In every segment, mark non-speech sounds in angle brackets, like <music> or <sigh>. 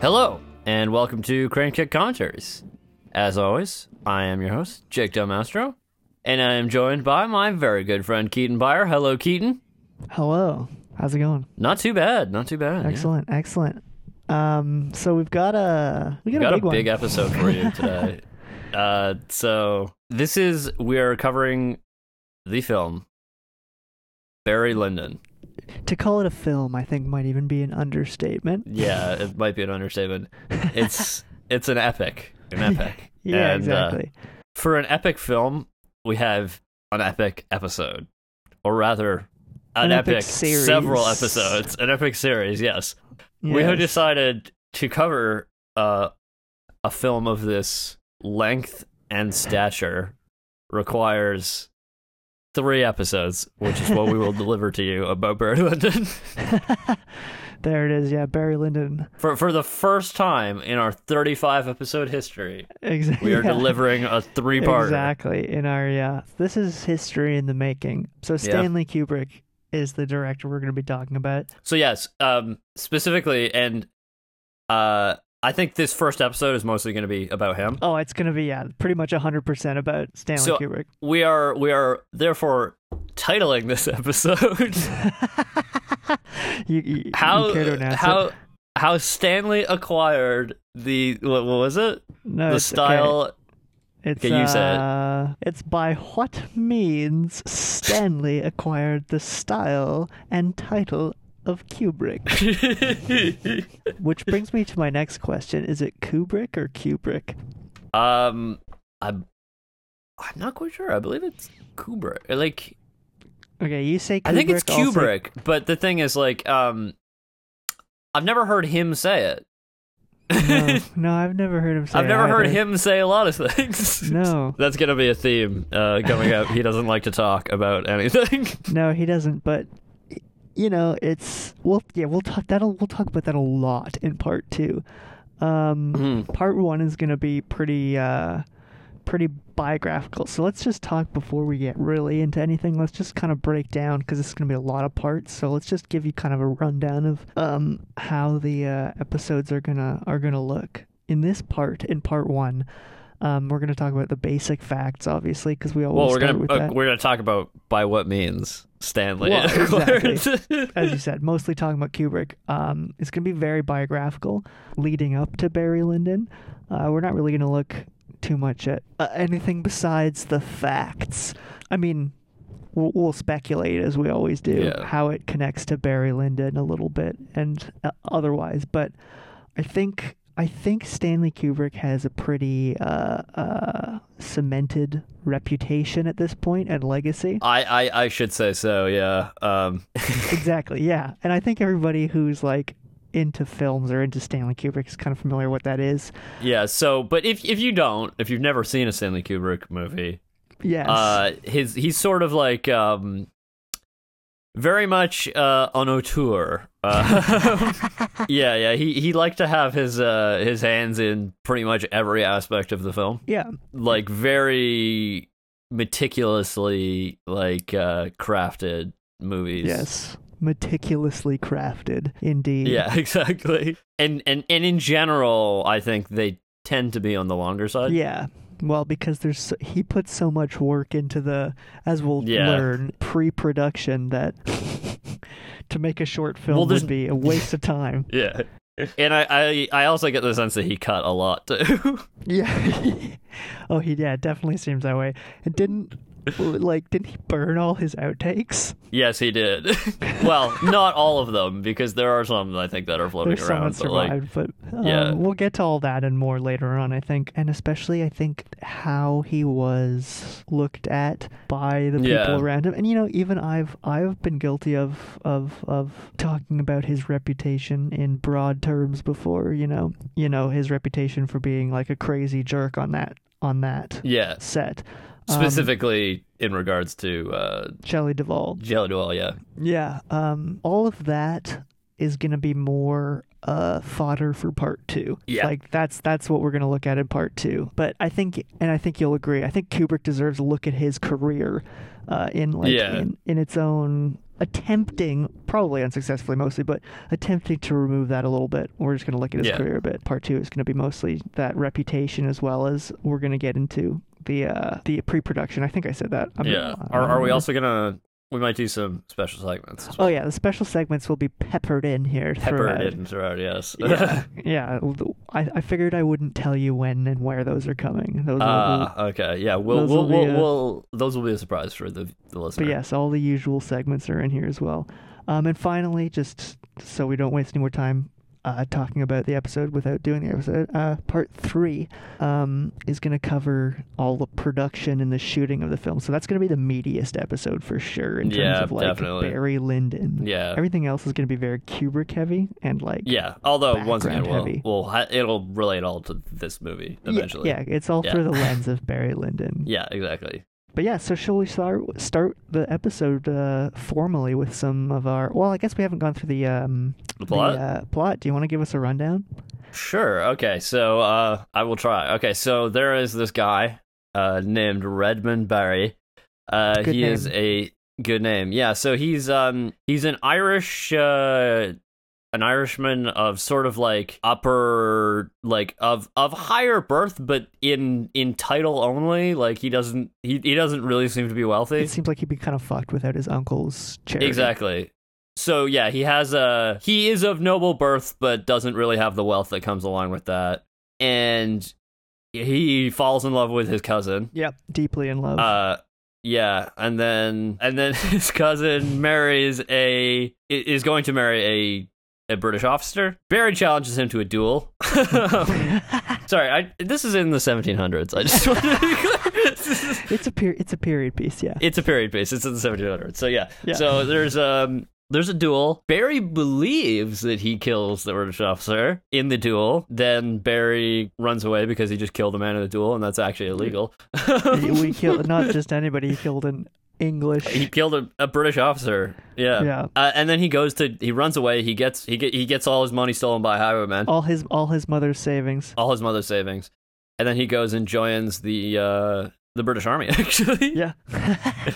Hello, and welcome to Crane Kick Commentaries. As always, I am your host, Jake Del Mastro, and I am joined by my very good friend Keaton Byer. Hello, Keaton. Hello. How's it going? Not too bad, not too bad. yeah. Excellent. Excellent. Um, so we've got a we got, We got a a big one. big uh, episode for <laughs> you today. uh, so, this is, we are covering the film Barry Lyndon. to call it a film, I think might even be an understatement. Yeah, it might be an <laughs> understatement. It's it's an epic, an epic. Yeah, And, uh, exactly. for an epic film, we have an epic episode, or rather, an, An epic series. several episodes, an epic series. Yes, we have Yes. decided to cover uh, a film of this length and stature requires three episodes, which is what we <laughs> will deliver to you about Barry Lyndon. there it is. Yeah, Barry Lyndon. for for the first time in our thirty-five episode history, Exactly. we <laughs> are delivering a three-part. Exactly. In our yeah, this is history in the making. So Stanley Kubrick is the director we're going to be talking about. So yes, um, specifically, and uh, I think this first episode is mostly going to be about him. Oh, it's going to be yeah, pretty much 100% about Stanley So- Kubrick. <laughs> We are we are therefore titling this <laughs> episode <laughs> you, you, how you care to announce it? how how Stanley acquired the what, what was it No, the Oh, it's- okay. style It's, Okay, you say it. uh, It's by what means Stanley acquired the style and title of <laughs> Kubrick. Which brings me to my next question: Is it Kubrick or Kubrick? um I I'm not quite sure I believe it's Kubrick like Okay, you say Kubrick. I think it's I'll say- Kubrick, but the thing is, like, um, I've never heard him say it. no, <laughs> no, I've never heard him say. I've never either. heard him say a lot of things. <laughs> No. that's gonna be a theme uh, coming up. he doesn't like to talk about anything. <laughs> No, he doesn't. But you know, it's well, yeah, we'll talk that'll we'll talk about that a lot in part two. Um, Mhm. Part one is going to be pretty uh, pretty biographical. So let's just talk before we get really into anything. Let's just kind of break down because it's going to be a lot of parts. So let's just give you kind of a rundown of um, how the uh, episodes are gonna are gonna look in this part in part one. Um, we're going to talk about the basic facts, obviously, because we always well, we're start gonna with uh, that. we're gonna talk about by what means Stanley. <laughs> Well, exactly. as you said, mostly talking about Kubrick. Um, it's going to be very biographical, leading up to Barry Lyndon. Uh, we're not really going to look too much at uh, anything besides the facts. I mean, we'll, we'll speculate as we always do Yeah. how it connects to Barry Lyndon a little bit and uh, otherwise, but I think I think Stanley Kubrick has a pretty uh, uh, cemented reputation at this point and legacy. <laughs> I, I I should say so. Yeah. Um, Exactly, yeah. And I think everybody who's like into films or into Stanley Kubrick is kind of familiar what that is. yeah. So, but if if you don't, if you've never seen a Stanley Kubrick movie, Yes. uh his he's sort of like um very much uh on auteur uh, <laughs> <laughs> yeah yeah he he liked to have his uh his hands in pretty much every aspect of the film yeah. like very meticulously like uh crafted movies Yes. Meticulously crafted, indeed. yeah <laughs> exactly and and and in general i think they tend to be on the longer side Yeah. Well, because there's so, he put so much work into the as we'll Yeah. learn pre-production that <laughs> to make a short film Well, there's- would be a waste of time. <laughs> yeah and I, I i also get the sense that he cut a lot too Yeah. <laughs> oh, he yeah, it definitely seems that way. And didn't like didn't he burn all his outtakes? Yes, he did. <laughs> well, not all of them because there are some I think that are floating There's around. someone but, like, survived, but um, yeah. we'll get to all that and more later on, I think, and especially I think how he was looked at by the people Yeah. around him. And you know, even I've I've been guilty of of of talking about his reputation in broad terms before. You know, you know his reputation for being like a crazy jerk on that on that yeah, set. Um, specifically in regards to uh, Shelley Duvall. Jelly Duel, yeah, Yeah, um, all of that is going to be more uh, fodder for part two. Yeah. like that's that's what we're going to look at in part two. But I think, and I think you'll agree, I think Kubrick deserves a look at his career uh, in like Yeah. in, in its own attempting, probably unsuccessfully mostly, but attempting to remove that a little bit. We're just going to look at his Yeah. career a bit. Part two is going to be mostly that reputation as well as we're going to get into the uh, the pre-production. I think I said that. I'm- yeah. I Are are don't we remember. also gonna? We might do some special segments. as Oh well. yeah, the special segments will be peppered in here. Peppered throughout. in throughout. Yes. <laughs> Yeah, yeah. I, I figured I wouldn't tell you when and where those are coming. Those will be- Ah, okay. Yeah, we'll Those we'll, will we'll, be, uh, we'll those will be a surprise for the, the listener. But yes, all the usual segments are in here as well. Um, and finally, just so we don't waste any more time uh, talking about the episode without doing the episode, uh, part three um, is going to cover all the production and the shooting of the film. So that's going to be the meatiest episode for sure in terms Yeah, of like definitely. Barry Lyndon. Yeah. Everything else is going to be very Kubrick heavy and like yeah. Although once again, Background we'll, heavy. we'll ha- it'll relate all to this movie Yeah, eventually. Yeah, it's all Yeah. through <laughs> the lens of Barry Lyndon. Yeah, exactly. But yeah, so shall we start start the episode uh, formally with some of our? Well, I guess we haven't gone through the um, The plot? The, uh, plot. Do you want to give us a rundown? Sure. Okay. So uh, I will try. Okay. So there is this guy uh, named Redmond Barry. Uh, Good he is a good name. Yeah. So he's um he's an Irish uh, an Irishman of sort of like upper like of of higher birth, but in in title only. Like he doesn't he he doesn't really seem to be wealthy. It seems like he'd be kind of fucked without his uncle's charity. Exactly. So yeah, he has a he is of noble birth, but doesn't really have the wealth that comes along with that. And he falls in love with his cousin. Yep. Deeply in love. Uh, yeah, and then and then <laughs> his cousin marries a i- is going to marry a a British officer. Barry challenges him to a duel. <laughs> Sorry, I, this is in the 1700s. I just want to be clear. <laughs> This is- it's a per- it's a period <laughs> piece. Yeah. it's a period piece. It's in the 1700s. So yeah. Yeah. So there's um there's a duel. Barry believes that he kills the British officer in the duel. Then Barry runs away because he just killed a man in the duel, and that's actually illegal. we killed not just anybody. He killed an English. he killed a, a British officer. Yeah. yeah. Uh, and then he goes to he runs away. He gets he get, he gets all his money stolen by a highwayman, All his all his mother's savings. all his mother's savings, and then he goes and joins the uh the British army <laughs> actually. Yeah. <laughs>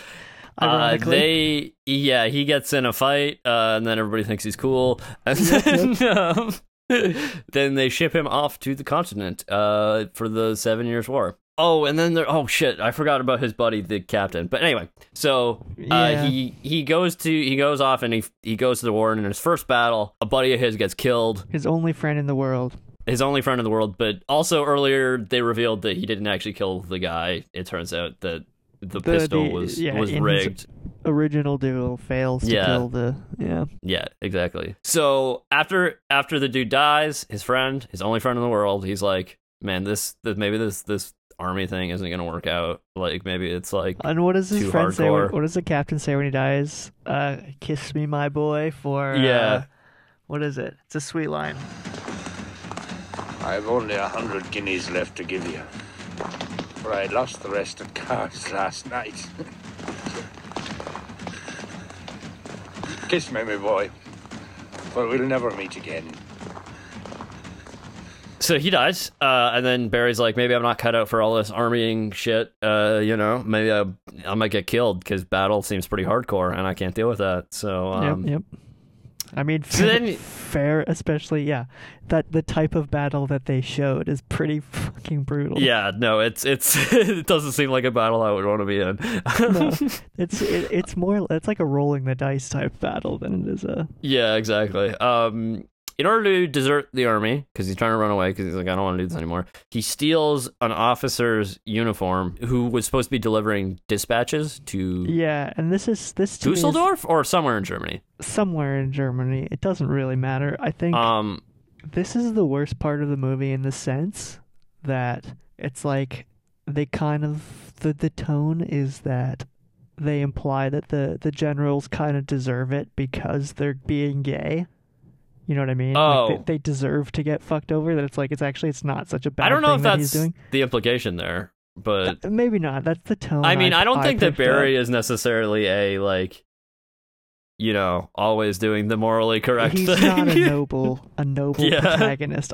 Uh, Ironically. they yeah, he gets in a fight, uh, and then everybody thinks he's cool, <laughs> and Yep, then, um, <laughs> then they ship him off to the continent uh, for the Seven Years' War. Oh, and then there. Oh shit, I forgot about his buddy, the captain. But anyway, so uh, Yeah. he he goes to he goes off and he he goes to the war, and in his first battle, a buddy of his gets killed, his only friend in the world. his only friend in the world. But also earlier, they revealed that he didn't actually kill the guy. It turns out that the, pistol the- was yeah, was in his- rigged. Original duel fails to Yeah. kill the yeah. Yeah, exactly. So after after the dude dies, his friend, his only friend in the world, he's like, man, this, this maybe this this army thing isn't gonna work out. Like maybe it's like And what does his Too friend say? When, hardcore. what does the captain say when he dies? Uh, kiss me, my boy, for. Uh, Yeah. what is it? It's a sweet line. I've only a hundred guineas left to give you. For I lost the rest at cards last night. <laughs> Kiss me, my boy. For we'll never meet again. so he dies, uh, and then Barry's like, maybe I'm not cut out for all this armying shit. Uh, you know, maybe I I might get killed because battle seems pretty hardcore, and I can't deal with that. So um, yep, yep. I mean, So then- fair, especially yeah, that the type of battle that they showed is pretty <laughs> fucking brutal. yeah, no, it's it's <laughs> it doesn't seem like a battle I would want to be in. <laughs> No, it's it, it's more it's like a rolling the dice type battle than it is a Yeah, exactly. Um, in order to desert the army, because he's trying to run away, because he's like, I don't want to do this anymore. He steals an officer's uniform who was supposed to be delivering dispatches to yeah. And this is this to me is Mm. Dusseldorf or somewhere in Germany. somewhere in Germany. It doesn't really matter. I think Um, this is the worst part of the movie in the sense that it's like they kind of the, the tone is that they imply that the the generals kind of deserve it because they're being gay you know what i mean like Oh. they, they deserve to get fucked over that it's like it's actually it's not such a bad I don't know thing if that that's he's doing the implication there, but Uh, maybe not that's the tone I mean, I, don't think that picked up. Barry is necessarily a like, you know, always doing the morally correct he's thing. not a <laughs> noble a noble Yeah. protagonist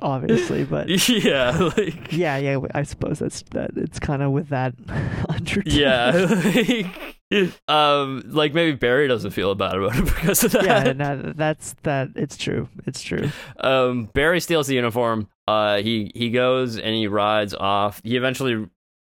<laughs> obviously but yeah, like yeah yeah i suppose that's that it's kind of with that <laughs> undertone yeah <laughs> like, um, like maybe Barry doesn't feel bad about it <laughs> because of that. <laughs> yeah, no, that's that. It's true. It's true. um, Barry steals the uniform. Uh, he he goes and he rides off. He eventually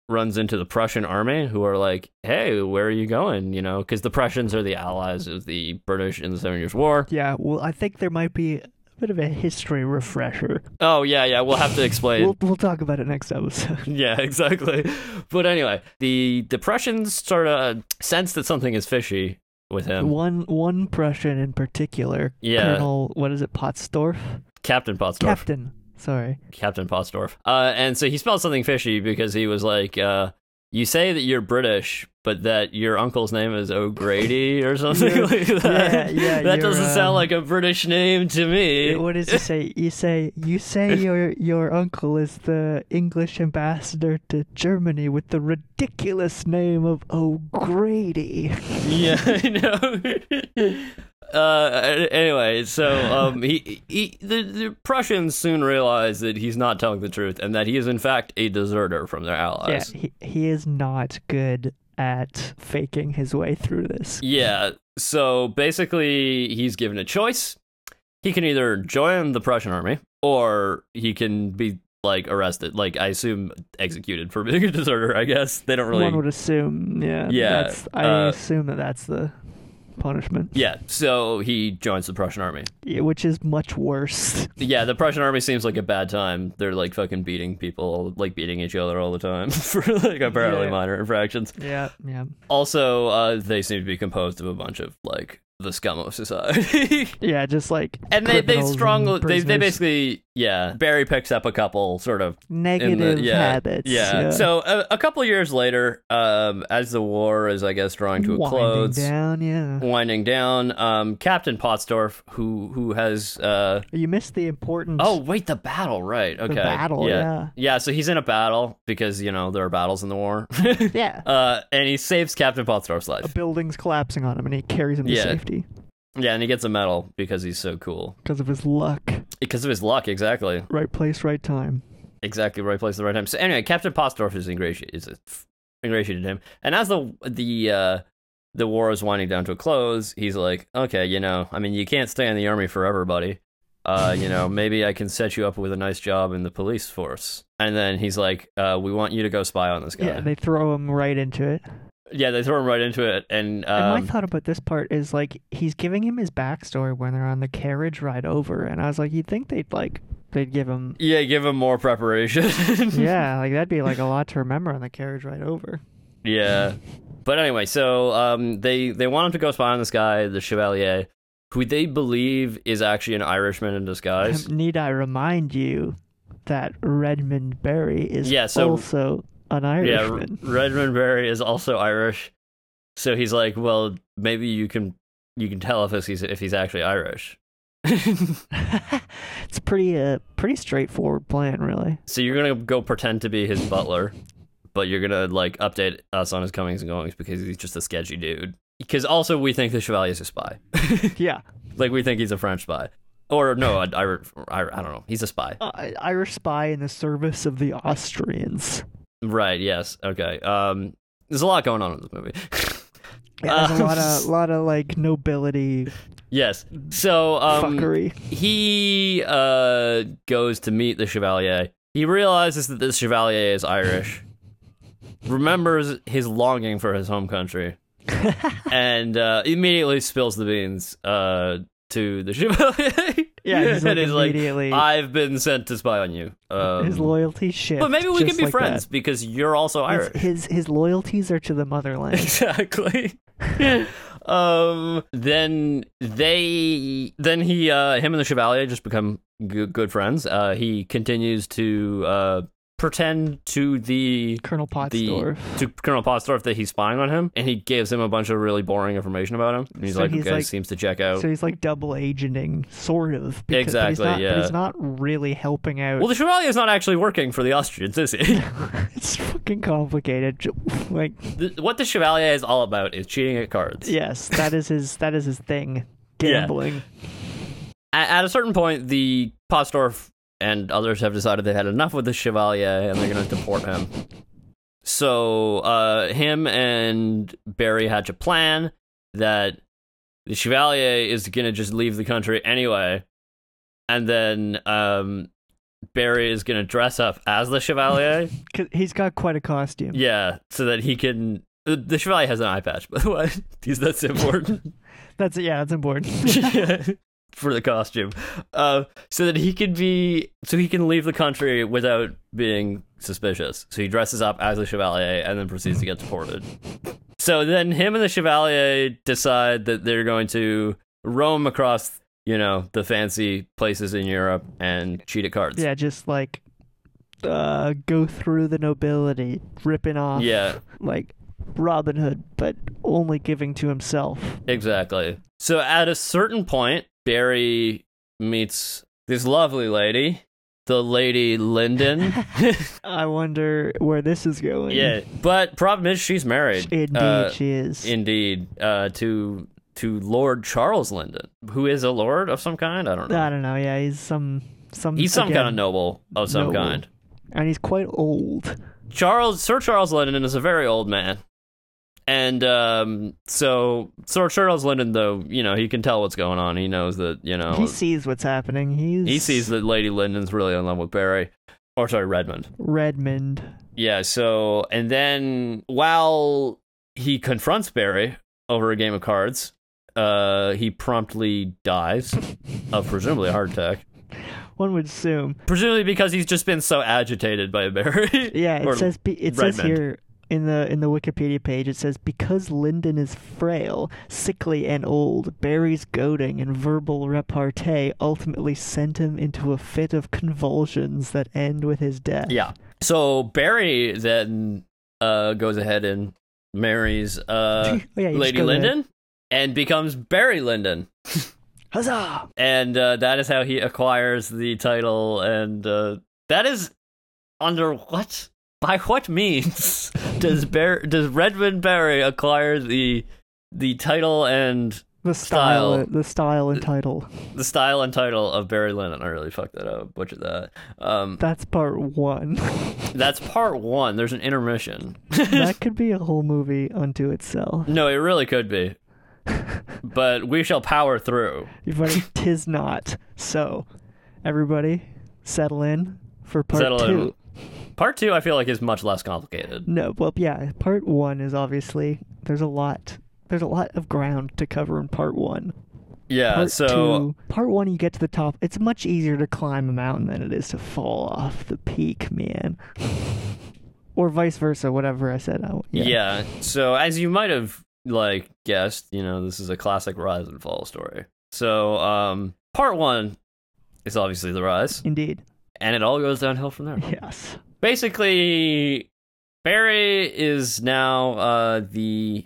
runs into the Prussian army, who are like, "Hey, where are you going?" You know, because the Prussians are the allies of the British in the Seven Years' War. Yeah. Well, I think there might be a bit of a history refresher. Oh yeah, yeah. We'll have to explain. We'll we'll talk about it next episode. <laughs> yeah, exactly. But anyway, the the Prussians sort of sense that something is fishy with him. <laughs> one one Prussian in particular. Yeah. Colonel. What is it? Pottsdorf. Captain Potsdorf. Captain. Sorry. Captain Potsdorf. Uh, and so he spelled something fishy because he was like, uh, "You say that you're British, but that your uncle's name is O'Grady <laughs> or something You're- like that. yeah, yeah, that you're, doesn't sound um, like a British name to me." Eh, what does he say? You say you say your your uncle is the English ambassador to Germany with the ridiculous name of O'Grady. <laughs> yeah, <laughs> I know. <laughs> Uh, anyway, so um, he, he the, the Prussians soon realize that he's not telling the truth and that he is in fact a deserter from their Yeah, allies. he, he is not good at faking his way through this. Yeah. So basically, he's given a choice. He can either join the Prussian army or he can be like arrested, like I assume executed for <laughs> being a deserter. I guess they don't One really. would assume, yeah. Yeah, That's, I uh, assume that that's the punishment, Yeah. So he joins the Prussian army. yeah, which is <laughs> much worse. Yeah, the Prussian army seems like a bad time. They're like fucking beating people, like beating each other all the time <laughs> for like apparently Yeah. minor infractions. Yeah, yeah, Also, uh, they seem to be composed of a bunch of like the scum of society. <laughs> yeah. Just like and they they criminals and strongly they, they prisoners. basically yeah barry picks up a couple sort of in negative the, yeah, habits. yeah. so a, a couple years later um as the war is i guess drawing to a Winding close down, yeah. winding down um captain potsdorf who who has uh You missed the importance. oh wait the battle right okay the battle. yeah Yeah, Yeah, so he's in a battle because you know there are battles in the war <laughs> yeah. uh and he saves captain potsdorf's life A building's collapsing on him, and he carries him to Yeah. safety yeah and he gets a medal because he's so cool because of his luck. because of his luck exactly Right place, right time. exactly right place at the right time. So anyway, Captain Postdorf is ingratiated is f- ingratiated to him, and as the the uh, the war is winding down to a close, he's like, okay, you know, I mean, you can't stay in the army forever, buddy. Uh, you <laughs> know, maybe I can set you up with a nice job in the police force. And then he's like, uh, we want you to go spy on this guy. Yeah, they throw him right into it. Yeah, they throw him right into it, and And my um, thought about this part is like he's giving him his backstory when they're on the carriage ride over, and I was like, you'd think they'd like they'd <laughs> give him, yeah, give him more preparation. yeah, like that'd be like a lot to remember on the carriage ride over. Yeah. But anyway, so um, they they want him to go spy on this guy, the Chevalier, who they believe is actually an Irishman in disguise. Need I remind you that Redmond Berry is Yeah, so- also <laughs> an yeah, R- Irishman. Redmond Barry is also Irish, so he's like, well, maybe you can you can tell if he's if he's actually Irish. it's pretty uh pretty straightforward plan, really. So you're gonna go pretend to be his butler, but you're gonna like update us on his comings and goings because he's just a sketchy dude. Because also we think the Chevalier is a spy, <laughs> Yeah, like we think he's a French spy, or no, an Irish. I don't know, he's a spy. uh, Irish spy in the service of the Austrians. Right. Yes. Okay. Um, there's a lot going on in this movie. <laughs> Yeah, there's a Uh, <laughs> lot of lot of like nobility yes. So um, fuckery. he uh goes to meet the chevalier. He realizes that this chevalier is Irish. <laughs> remembers his longing for his home <laughs> country, and uh, immediately spills the beans uh to the <laughs> chevalier. Yeah, he's <laughs> like and is like, immediately- I've been sent to spy on you. Um, his loyalty shift. but maybe we just can be like friends because you're also that. Irish. His, his his loyalties are to <laughs> the motherland. <laughs> exactly um then they then he uh him and the chevalier just become g- good friends uh he continues to uh pretend to the Colonel the Pottsdorf. to Colonel Potsdorf that he's spying on him, and he gives him a bunch of really boring information about him. And he's So like, he's "Okay, like- seems to check out." so he's like double agenting, sort of. Because, but he's Exactly, not- yeah. But he's not really helping out. well, the Chevalier is not actually working for the Austrians, is <laughs> he? it's fucking complicated. <laughs> J- Like, The- what the Chevalier is all about is cheating at cards. yes, that is his. That is his thing. <laughs> Yeah. Gambling. A- at, a certain point, the Potsdorf and others have decided they've had enough with the Chevalier and they're going to deport him. So uh, him and Barry hatch a plan that the Chevalier is gonna just leave the country anyway, and then um, Barry is gonna dress up as the Chevalier. 'Cause he's got quite a costume. yeah, so that he can. The, the Chevalier has an eye patch, by the way. <laughs> He's that's important That's yeah, <laughs> that's important. <laughs> for the costume, uh, so that he can be so he can leave the country without being suspicious. So he dresses up as the Chevalier and then proceeds to get deported. So then him and the Chevalier decide that they're going to roam across, you know, the fancy places in Europe and cheat at cards. yeah, just like uh, go through the nobility, ripping off Yeah. like Robin Hood, but only giving to himself. Exactly. So at a certain point, Barry meets this lovely lady, the lady Lyndon. I wonder where this is going. yeah, but problem is she's married. Indeed, Uh, she is. indeed, uh, to to Lord Charles Lyndon, who is a lord of some kind. I don't know. I don't know. Yeah, he's some some. He's some again, kind of noble of some Noble. kind. and he's quite old. Charles Sir Charles Lyndon is a very old man. And um, so Sir Charles Lyndon, though, you know, he can tell what's going on. He knows that, you know, He sees what's happening. He's Oh. He sees that Lady Lyndon's really in love with Barry. Or sorry, Redmond. Redmond. Yeah, so and then while he confronts Barry over a game of cards, uh he promptly dies of presumably a heart attack. One would assume. Presumably because he's just been so agitated by Barry. <laughs> Yeah, it Or- says be- it says Redmond. here in the in the Wikipedia page. It says because Lyndon is frail, sickly, and old, Barry's goading and verbal repartee ultimately sent him into a fit of convulsions that end with his death. Yeah. So Barry then uh goes ahead and marries <laughs> uh Oh, yeah, you just Lady go there. Lyndon and becomes Barry Lyndon. Huzzah! and uh, that is how he acquires the title and uh, that is under what by what means <laughs> does Bear does Redmond Barry acquire the the title and The style, Style. the style and title. the style and title of Barry Lyndon? I really fucked that up, butchered that. Um, That's part <laughs> one. that's part one. There's an intermission. <laughs> that could be a whole movie unto itself. no, it really could <laughs> be, but we shall power through. <laughs> But it is not. So, everybody, settle in for part Settle in. two. Part two, I feel like, is much less complicated. No, well, yeah. Part one is obviously there's a lot. There's a lot of ground to cover in part one. Yeah. Part so two, part one, you get to the top. It's much easier to climb a mountain than it is to fall off the peak, man. <laughs> or vice versa, whatever I said. I, yeah. Yeah. So as you might have like guessed, you know, this is a classic rise and fall story. So um part 1 is obviously the rise Indeed. and it all goes downhill from there. Yes. Basically Barry is now uh the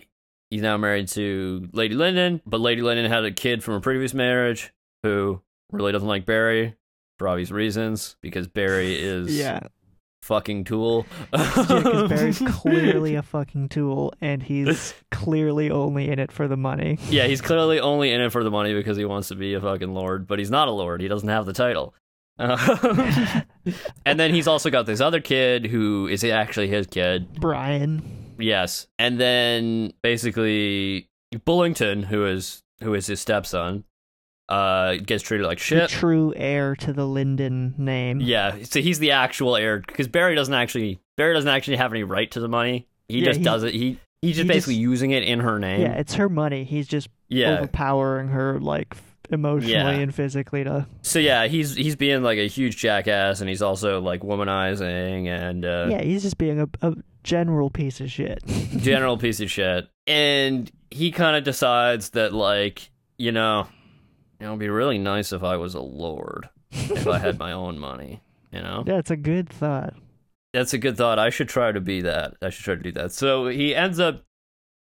he's now married to Lady Lyndon, but Lady Lyndon had a kid from a previous marriage who really doesn't like Barry for obvious reasons because Barry is Yeah. fucking tool. <laughs> Because Barry's clearly a fucking tool, and he's clearly only in it for the money. Yeah, he's clearly only in it for the money because he wants to be a fucking lord, but he's not a lord. He doesn't have the title. Uh, <laughs> and then he's also got this other kid who is actually his kid. Brian. Yes. And then basically Bullington, who is who is his stepson, uh gets treated like The shit. true heir to the Linden name. Yeah, so he's the actual heir because Barry doesn't actually Barry doesn't actually have any right to the money. He Yeah, just he- does it. He he's just he basically just- using it in her name. Yeah, it's her money. He's just yeah. overpowering her like f- emotionally Yeah. and physically to So yeah, he's he's being like a huge jackass, and he's also like womanizing and uh, yeah he's just being a, a general piece of shit <laughs> <laughs> general piece of shit. And he kind of decides that like you know, it would be really nice if I was a lord, if I had my own money. You know, that's a good thought that's a good thought. I should try to be that. I should try to do that. So he ends up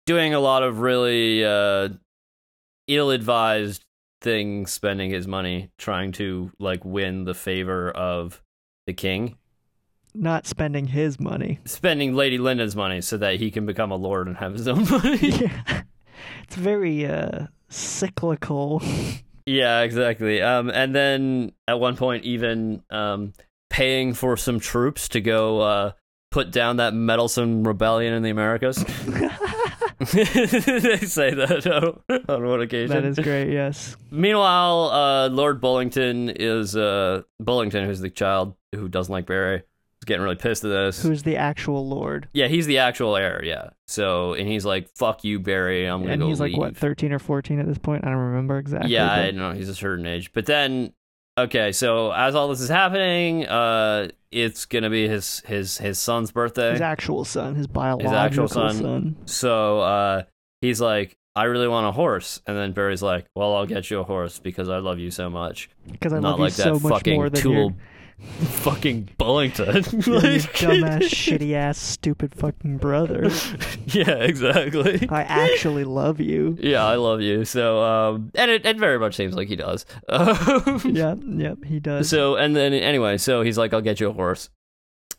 doing a lot of really uh, ill-advised things, spending his money trying to like win the favor of the king. not spending <laughs> his money <laughs> spending Lady Lyndon's money so that he can become a lord and have his own <laughs> money. yeah it's very uh cyclical <laughs> yeah, exactly. Um, and then at one point, even um, paying for some troops to go uh, put down that meddlesome rebellion in the Americas. <laughs> they say that <laughs> on, on one occasion. That is great. Yes. Meanwhile, uh, Lord Bullington is uh, Bullington, who's the child who doesn't like Barry, is getting really pissed at this. Who's the actual lord? yeah, he's the actual heir. Yeah. So, and he's like, "Fuck you, Barry. I'm gonna and go he's like leave." what, thirteen or fourteen at this point? I don't remember exactly. yeah, I but- don't know. He's a certain age. But then, okay, so as all this is happening, uh, it's gonna be his his his son's birthday. his actual son, his biological son. So uh, he's like, "I really want a horse," and then Barry's like, "Well, I'll get you a horse because I love you so much." Because I Not love like you so that much more fucking than tool, <laughs> your- fucking <laughs> Bullington. than your Like- dumbass, <laughs> shitty ass, stupid fucking brother. yeah, exactly. <laughs> I actually love you. <laughs> Yeah, I love you. So, um, and it, it very much seems like he does. <laughs> Um, Yep, yep, he does. So, and then anyway, so he's like, I'll get you a horse.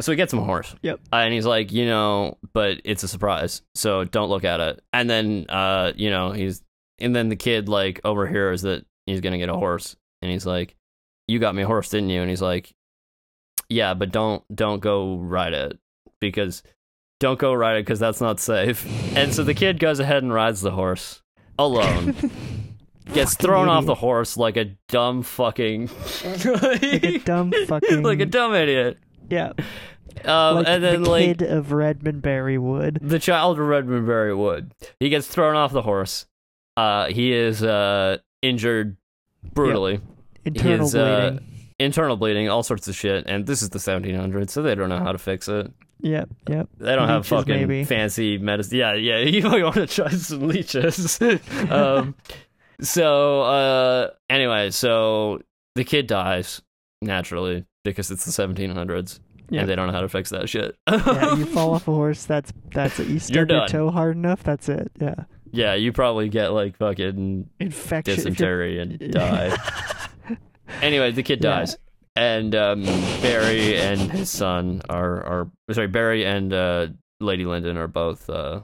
So he gets him a horse. Yep. Uh, and he's like, you know, but it's a surprise. So don't look at it. And then, uh, you know, he's, and then the kid like overhears that he's going to get a horse. And he's like, you got me a horse, didn't you? And he's like, yeah, but don't, don't go ride it because don't go ride it because that's not safe. <laughs> And so the kid goes ahead and rides the horse <laughs> alone. Gets Fucking thrown off the idiot. horse like a dumb fucking <laughs> like <laughs> a <laughs> dumb fucking like a dumb idiot. yeah, Um, like and then the like kid of Redmond Barry would. the child of Redmond Berry Wood, he gets thrown off the horse. Uh, he is uh injured brutally, Internal his, uh, bleeding. internal bleeding, all sorts of shit. And this is the 1700s, so they don't know how to fix it. yep, <laughs> yep. They don't have Leeches, fucking maybe. fancy medicine. Yeah, yeah. <laughs> You might want to try some leeches. <laughs> um, so uh, anyway, so the kid dies naturally because it's the 1700s. Yeah. and they don't know how to fix that shit. <laughs> Yeah, you fall off a horse. That's that's it. You You're stub your done. toe hard enough. That's it. Yeah, yeah, you probably get like fucking infection. if you're- dysentery and <laughs> die. anyway, the kid Yeah. dies, and um, Barry and his son are are sorry, Barry and uh, Lady Lyndon are both uh,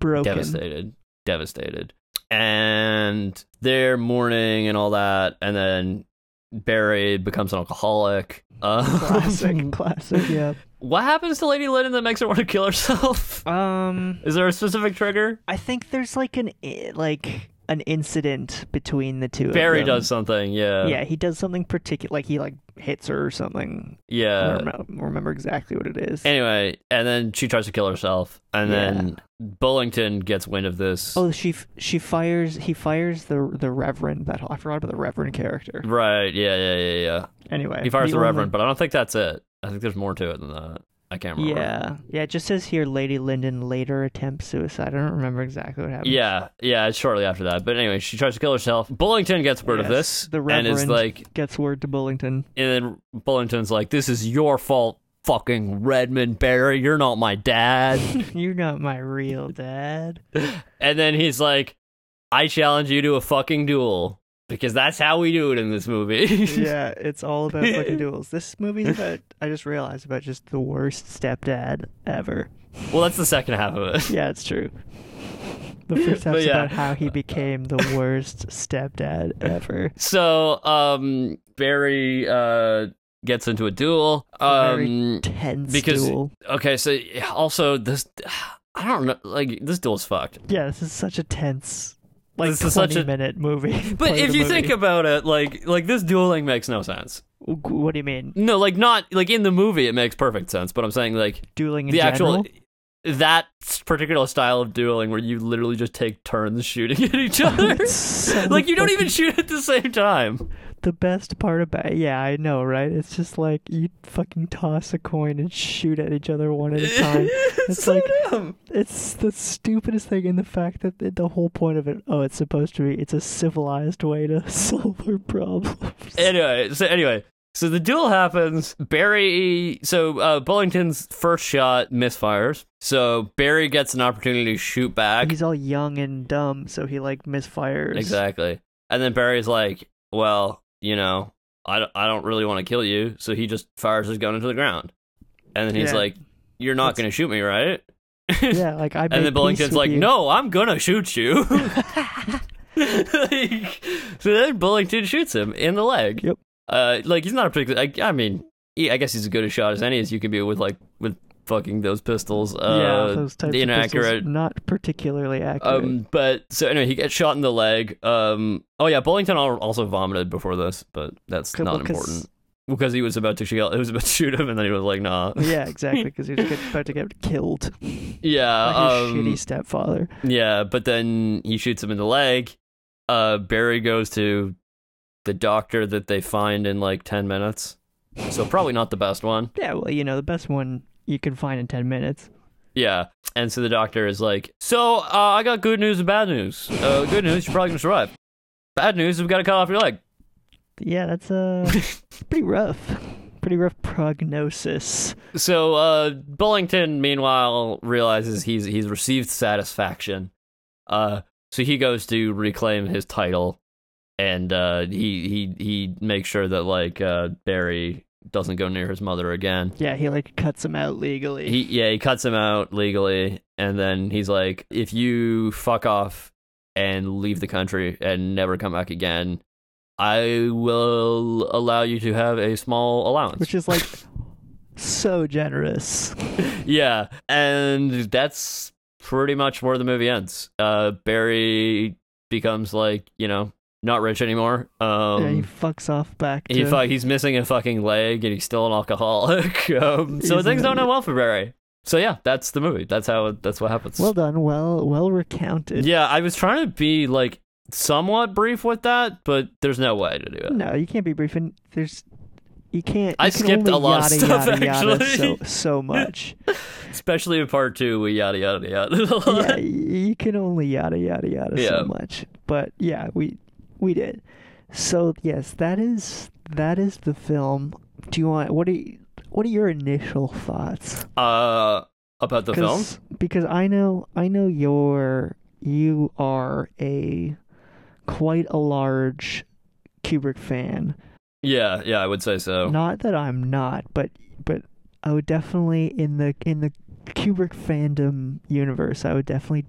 broken. devastated, devastated, and they're mourning and all that, and then Barry becomes an alcoholic. Uh, Classic, <laughs> classic. Yeah. <laughs> what happens to Lady Lyndon that makes her want to kill herself? <laughs> Um, Is there a specific trigger? I think there's like an i- like an incident between the two. of Barry them. does uh, something, yeah. Uh, Yeah, he does something particular. Like he like hits her or something. I Yeah. don't remem- remember exactly what it is. Anyway, Uh, and then she tries to kill herself, and then Bullington gets wind of this. Oh, she f- she fires. He fires the the reverend. That I forgot about the reverend character. Right, yeah, yeah, yeah, yeah. Anyway, He fires the, only- Reverend, but I don't think that's it. I think there's more to it than that. I can't remember. Yeah, yeah. It just says here, Lady Lyndon later attempts suicide. I don't remember exactly what happened. Yeah, yeah, it's shortly after that. But anyway, she tries to kill herself. Bullington gets word of Yes, this the and is Reverend. like, gets word to Bullington. and <laughs> then Bullington's like, this is your fault, fucking Redmond Barry. You're not my dad. <laughs> You're not my real dad. And then he's like, I challenge you to a fucking duel because that's how we do it in this movie. yeah, it's all about fucking duels. This movie's about. I just realized about just the worst stepdad ever. <laughs> well, that's the second half of it. <laughs> Yeah, it's true. The first half's yeah. about how he became the worst stepdad ever. So, um, Barry uh, gets into a duel. Very Um, Tense because duel. okay, so also this, <sighs> I don't know, like this duel's fucked. Yeah, this is such a tense, like This twenty is such a- <laughs> minute movie. But Play if the you movie. think about it, like like this dueling makes no sense. what do you mean No, like not like in the movie it makes perfect sense, but I'm saying like dueling in the general? actual that particular style of dueling where you literally just take turns shooting <laughs> at each other. <laughs> It's so <laughs> like you don't fucking- even shoot at the same time. The best part about yeah, I know, right? It's just like you fucking toss a coin and shoot at each other one at <laughs> a time. It's so like- dumb. It's the stupidest thing in the fact that the, the whole point of it, oh, it's supposed to be, it's a civilized way to <laughs> solve our problems. Anyway, so anyway, so the duel happens. Barry, so uh, Bullington's first shot misfires. So Barry gets an opportunity to shoot back. He's all young and dumb, so he like misfires. Exactly. <laughs> And then Barry's like, well, you know, I don't, I don't really want to kill you. So he just fires his gun into the ground. And then he's Yeah. like, you're not That's- going to shoot me, right? <laughs> Yeah, like I. and made then peace Bullington's with like, you. no, I'm going to shoot <laughs> you. <laughs> Like, so then Bullington shoots him in the leg. Yep. Uh, like, he's not a particular, I, I mean, he, I guess he's as good a shot as any as you can be with, like, with fucking those pistols. Uh, yeah, those types of inaccurate. pistols, not particularly accurate. Um, but so anyway, he gets shot in the leg. Um, oh yeah, Bullington al- also vomited before this, but that's Good not luck, 'cause- important because he was about to shoot. He was about to <laughs> shoot him, and then he was like, "Nah." <laughs> <laughs> yeah, exactly, because he was get, about to get killed <laughs> by Yeah. his um, shitty stepfather. Yeah, but then he shoots him in the leg. Uh, Barry goes to the doctor that they find in like ten minutes. So probably not the best one. Yeah, well, you know, the best one you can find in 10 minutes. Yeah. And so the doctor is like, So, uh, I got good news and bad news. Uh, good news, you're probably going to survive. Bad news, we've got to cut off your leg. Yeah, that's <laughs> uh, pretty rough. Pretty rough prognosis. So, uh, Bullington, meanwhile, realizes he's, he's received satisfaction. Uh, so he goes to reclaim his title and, uh, he, he, he makes sure that, like, uh, Barry doesn't go near his mother again. Yeah, he like cuts him out legally. He yeah, he cuts him out legally, and then he's like, "If you fuck off and leave the country and never come back again, I will allow you to have a small allowance." which is like so generous. yeah, and that's pretty much where the movie ends. Uh, Barry becomes like you know not rich anymore. Um, yeah, he fucks off back. To, he fu- he's missing a fucking leg and he's still an alcoholic. <laughs> um, so He's things an- don't end well for Barry. So yeah, that's the movie. That's how it, that's what happens. Well done. Well, well recounted. Yeah, I was trying to be like somewhat brief with that, but there's no way to do <laughs> it. No, you can't be brief. And there's, you can't. I you can skipped only a lot of yada, stuff, yada, Yada, so actually. <laughs> so much. Especially in part two, we yada yada yada. yeah, you can only yada yada yada Yeah. so much. But yeah, we we did. So yes, that is that is the film. Do you want what do you, what are your initial thoughts? <laughs> Uh, about the film. Because- Because I know I know you're you are a quite a large Kubrick fan. Yeah, yeah, I would say so. Not that I'm not, but but I would definitely in the in the Kubrick fandom universe, I would definitely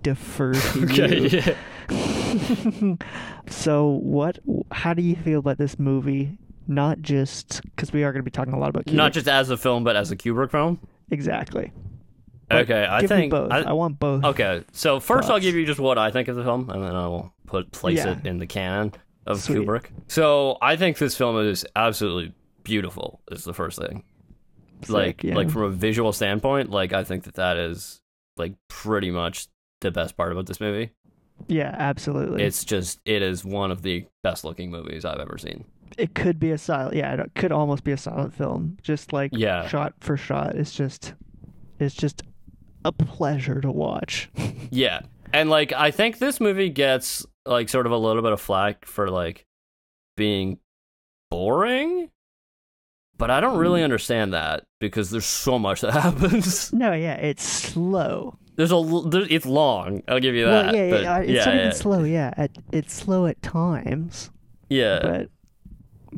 <laughs> defer to you. okay. <laughs> Yeah. so what how do you feel about this movie? Not just because we are going to be talking a lot about Kubrick. Not just as a film, but as a Kubrick film. exactly. But Okay, I give me think. both. I, I, want both. okay, so first I'll Thoughts. give you just what I think of the film, and then I will put place Yeah. it in the canon of Sweet. Kubrick. So I think this film is absolutely beautiful. Is the first thing. Sick, like yeah. like from a visual standpoint like i think that that is like pretty much the best part about this movie yeah, absolutely. it's just it is one of the best looking movies i've ever seen it could be a silent yeah it could almost be a silent film just like Yeah. shot for shot it's just it's just a pleasure to watch <laughs> yeah and like i think this movie gets like sort of a little bit of flack for like being boring but i don't Mm. really understand that because there's so much that <laughs> happens no yeah it's slow there's a l- there, it's long i'll give you that well yeah yeah, but yeah, it's not yeah, even slow yeah at, it's slow at times yeah. but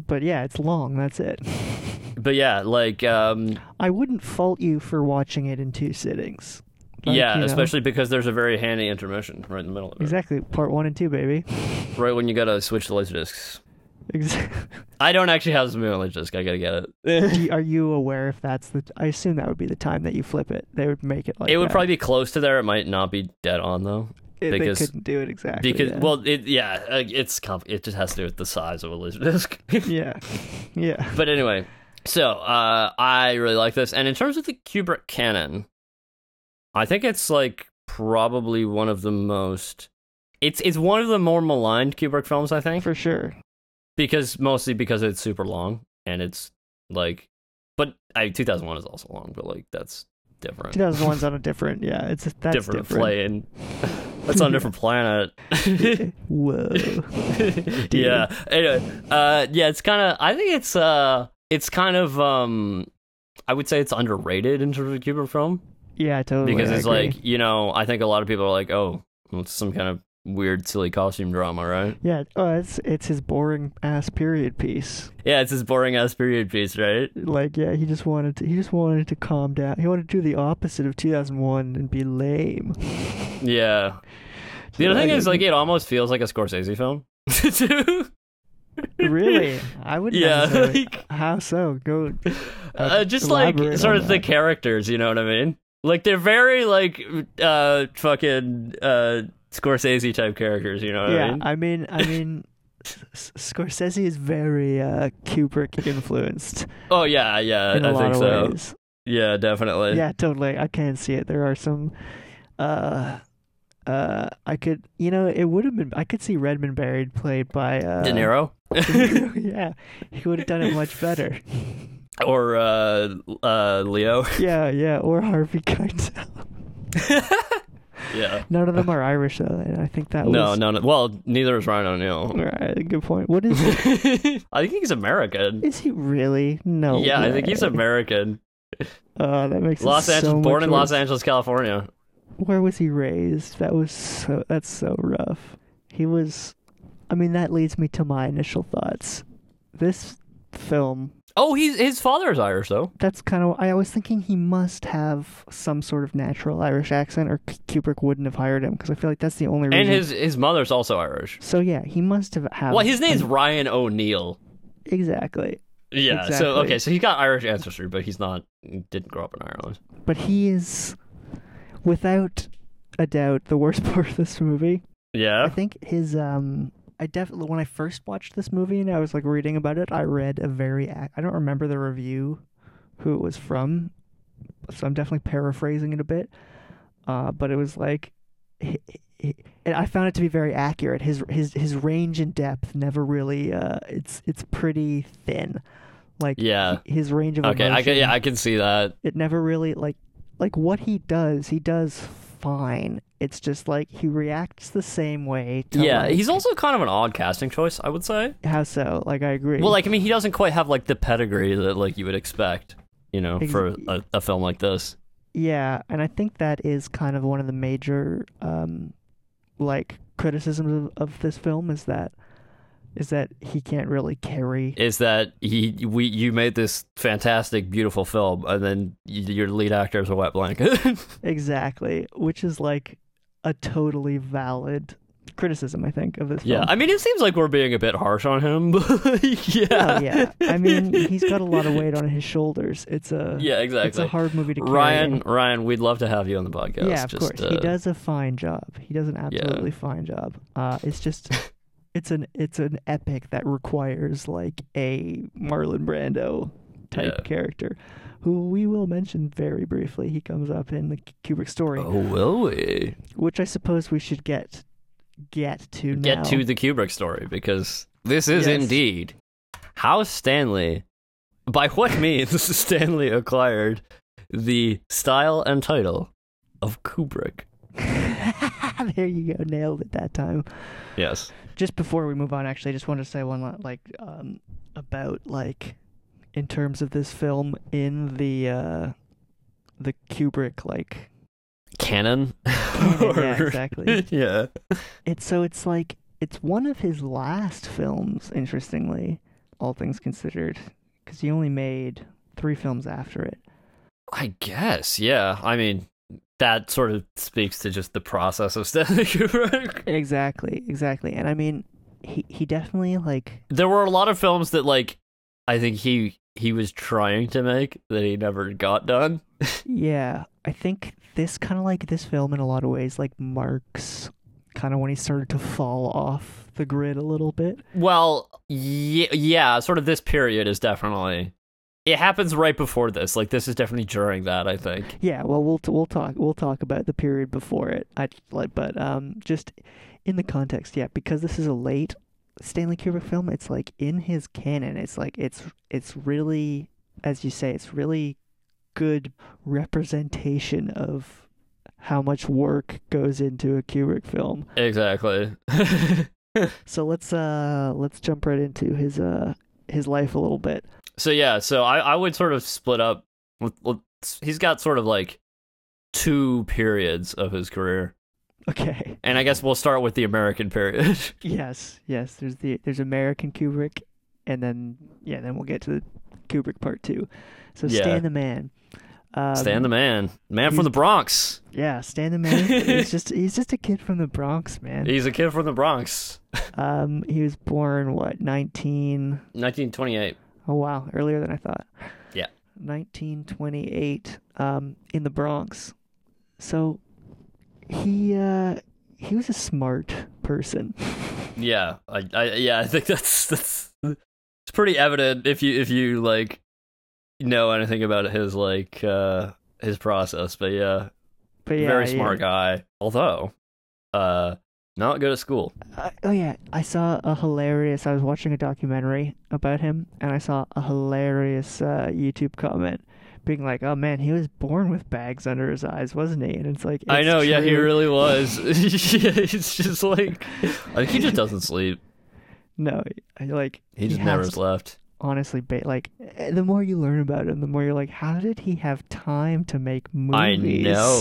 but yeah it's long that's it <laughs> but yeah like um i wouldn't fault you for watching it in two sittings Like, yeah, you know, especially because there's a very handy intermission right in the middle of it. exactly part one and two baby Right when you gotta switch to laserdiscs. exactly I don't actually have something on laserdisc. I gotta get it. <laughs> Do you- are you aware if that's the? I assume that would be the time that you flip it. They would make it like it would that. probably be close to there. It might not be dead on though, It- because- they couldn't do it exactly. because yeah. well, it yeah, uh, it's comp- it just has to do with the size of a laserdisc. yeah, yeah, <laughs> <laughs> but anyway, so uh, I really like this. And in terms of the Kubrick canon, I think it's like probably one of the most. It's it's one of the more maligned Kubrick films. I think for sure. because mostly because it's super long and it's like but I 2001 is also long but like that's different 2001's on a different. Yeah, it's that's different, different. plane <laughs> that's on a <laughs> different planet <laughs> Whoa. <laughs> yeah anyway uh yeah it's kind of I think it's uh it's kind of um I would say it's underrated in terms of Kubrick film Yeah, totally. because I it's agree. like you know I think a lot of people are like oh well, it's some kind of weird silly costume drama right Yeah, oh, it's it's his boring ass period piece. yeah it's this boring ass period piece right Like, yeah, he just wanted to, he just wanted to calm down. He wanted to do the opposite of 2001 and <laughs> be lame. yeah The other Like, thing is, like, it almost feels like a Scorsese film. too. really? I <laughs> wouldn't Yeah, <laughs> necessarily- like- How so? Go. uh, just like elaborate sort on of the that. characters, you know what I mean? Like they're very like uh fucking uh Scorsese type characters, you know what I Yeah, mean? I mean, I mean, S- S- Scorsese is very uh, Kubrick influenced oh yeah, yeah, in a I lot think of so. ways. Yeah, definitely. Yeah, totally. I can see it. There are some. Uh, uh, I could, you know, it would have been. I could see Redmond buried, played by uh, De Niro <laughs> <laughs> yeah, he would have done it much better. <laughs> or uh uh Leo. <laughs> yeah, yeah, or Harvey Keitel. <laughs> yeah. None of them are Irish though, and I think that No, was no, no. Well, neither is Ryan <laughs> O'Neal. Right, good point. What is I think he's American. is he really? No. yeah, I think he's way. American. Oh, that makes Los it so Angeles, born much in Los worse. Angeles, California. Where was he raised? That was so. That's so rough. He was. I mean, that leads me to my initial thoughts. This film. Oh, he's his father is Irish though. That's kind of. I was thinking he must have some sort of natural Irish accent, or K- Kubrick wouldn't have hired him because I feel like that's the only reason. And his his mother's also Irish. So yeah, he must have had. Well, his um, name's Ryan O'Neal. exactly. Yeah. So Exactly. okay, so he's got Irish ancestry, but he's not didn't grow up in Ireland. But he is, without a doubt, the worst <laughs> part of this movie. I Yeah. think his um I definitely when I first watched this movie and I was like reading about it, I read a very ac- I don't remember the review who it was from, so I'm definitely paraphrasing it a bit. Uh, but it was like, he, he- and I found it to be very accurate. His his his range and depth never really uh it's it's pretty thin, like <laughs> Yeah. he- his range of Okay. I can, emotion- yeah, I can see that. it never really like like what he does he does fine it's just like he reacts the same way to Yeah. like, he's also kind of an odd casting choice, I would say. how so like i agree Well, like I mean, he doesn't quite have like the pedigree that like you would expect, you know, Ex- for a, a film like this. yeah and i think that is kind of one of the major um like criticisms of, of this film is that is that he can't really carry Is that he we you made this fantastic, beautiful film, and then y your lead actor is a wet blanket. <laughs> exactly which is like a totally valid criticism i think of this yeah. film I mean, it seems like we're being a bit harsh on him. <laughs> But yeah. Oh, yeah i mean he's got a lot of weight on his shoulders it's a <laughs> Yeah. Exactly. it's a hard movie to carry Ryan, Ryan, we'd love to have you on the podcast. yeah, of Just, course. he uh, does a fine job. He does an absolutely fine job. Uh, <laughs> it's just, it's an it's an epic that requires like a Marlon Brando type Yeah. character, who we will mention very briefly. He comes up in the Kubrick story, Oh, will we which I suppose we should get get to get now. to the Kubrick story? Because this is Yes. indeed how Stanley, by what <laughs> means Stanley acquired the style and title of Kubrick. <laughs> there you go, nailed it that time. Yes. just before we move on actually i just wanted to say one la- like um about like in terms of this film in the uh the kubrick like Canon. yeah exactly <laughs> yeah. it's so it's like it's one of his last films interestingly all things considered because he only made three films after it I guess. Yeah. I mean, that sort of speaks to just the process of Stanley <laughs> Kubrick. exactly exactly and i mean he he definitely like there were a lot of films that like I think he he was trying to make that he never got done. Yeah, I think this kind of like this film in a lot of ways like marks kind of when he started to fall off the grid a little bit. Well, yeah, yeah, sort of this period is definitely it happens right before this. Like this is definitely during that, I think. Yeah, well we'll t- we'll talk we'll talk about the period before it. I like but um just in the context, yeah, because this is a late Stanley Kubrick film, it's like in his canon. It's like it's it's really as you say, it's really good representation of how much work goes into a Kubrick film. Exactly. <laughs> So let's uh let's jump right into his uh his life a little bit. <laughs> so yeah, so I I would sort of split up with, with- he's got sort of like two periods of his career. Okay. And I guess we'll start with the American period. <laughs> Yes, yes. There's the there's American Kubrick, and then yeah, then we'll get to the Kubrick part two. So Yeah. Stan the Man. Um, Stan the man, man from the Bronx. Yeah, Stan the man. <laughs> he's just he's just a kid from the Bronx, man. He's a kid from the Bronx. Um, he was born what nineteen? 1928. Oh wow, earlier than I thought. Yeah. 1928 um, in the Bronx. So he uh, he was a smart person. <laughs> Yeah, I, I yeah, <laughs> I think that's that's it's pretty evident if you if you like know anything about his like uh his process. But yeah, But yeah, very yeah. smart guy. Although, uh, not good at school. Uh, oh yeah, I saw a hilarious. I was watching a documentary about him, and I saw a hilarious uh, YouTube comment being like, "Oh man, he was born with bags under his eyes, wasn't he?" And it's like, I it's know. Yeah, he true. really was. <laughs> it's just like I think he just doesn't sleep. no, I- like He just never has- slept. honestly ba- like eh, the more you learn about him the more you're like how did he have time to make movies I <laughs> know.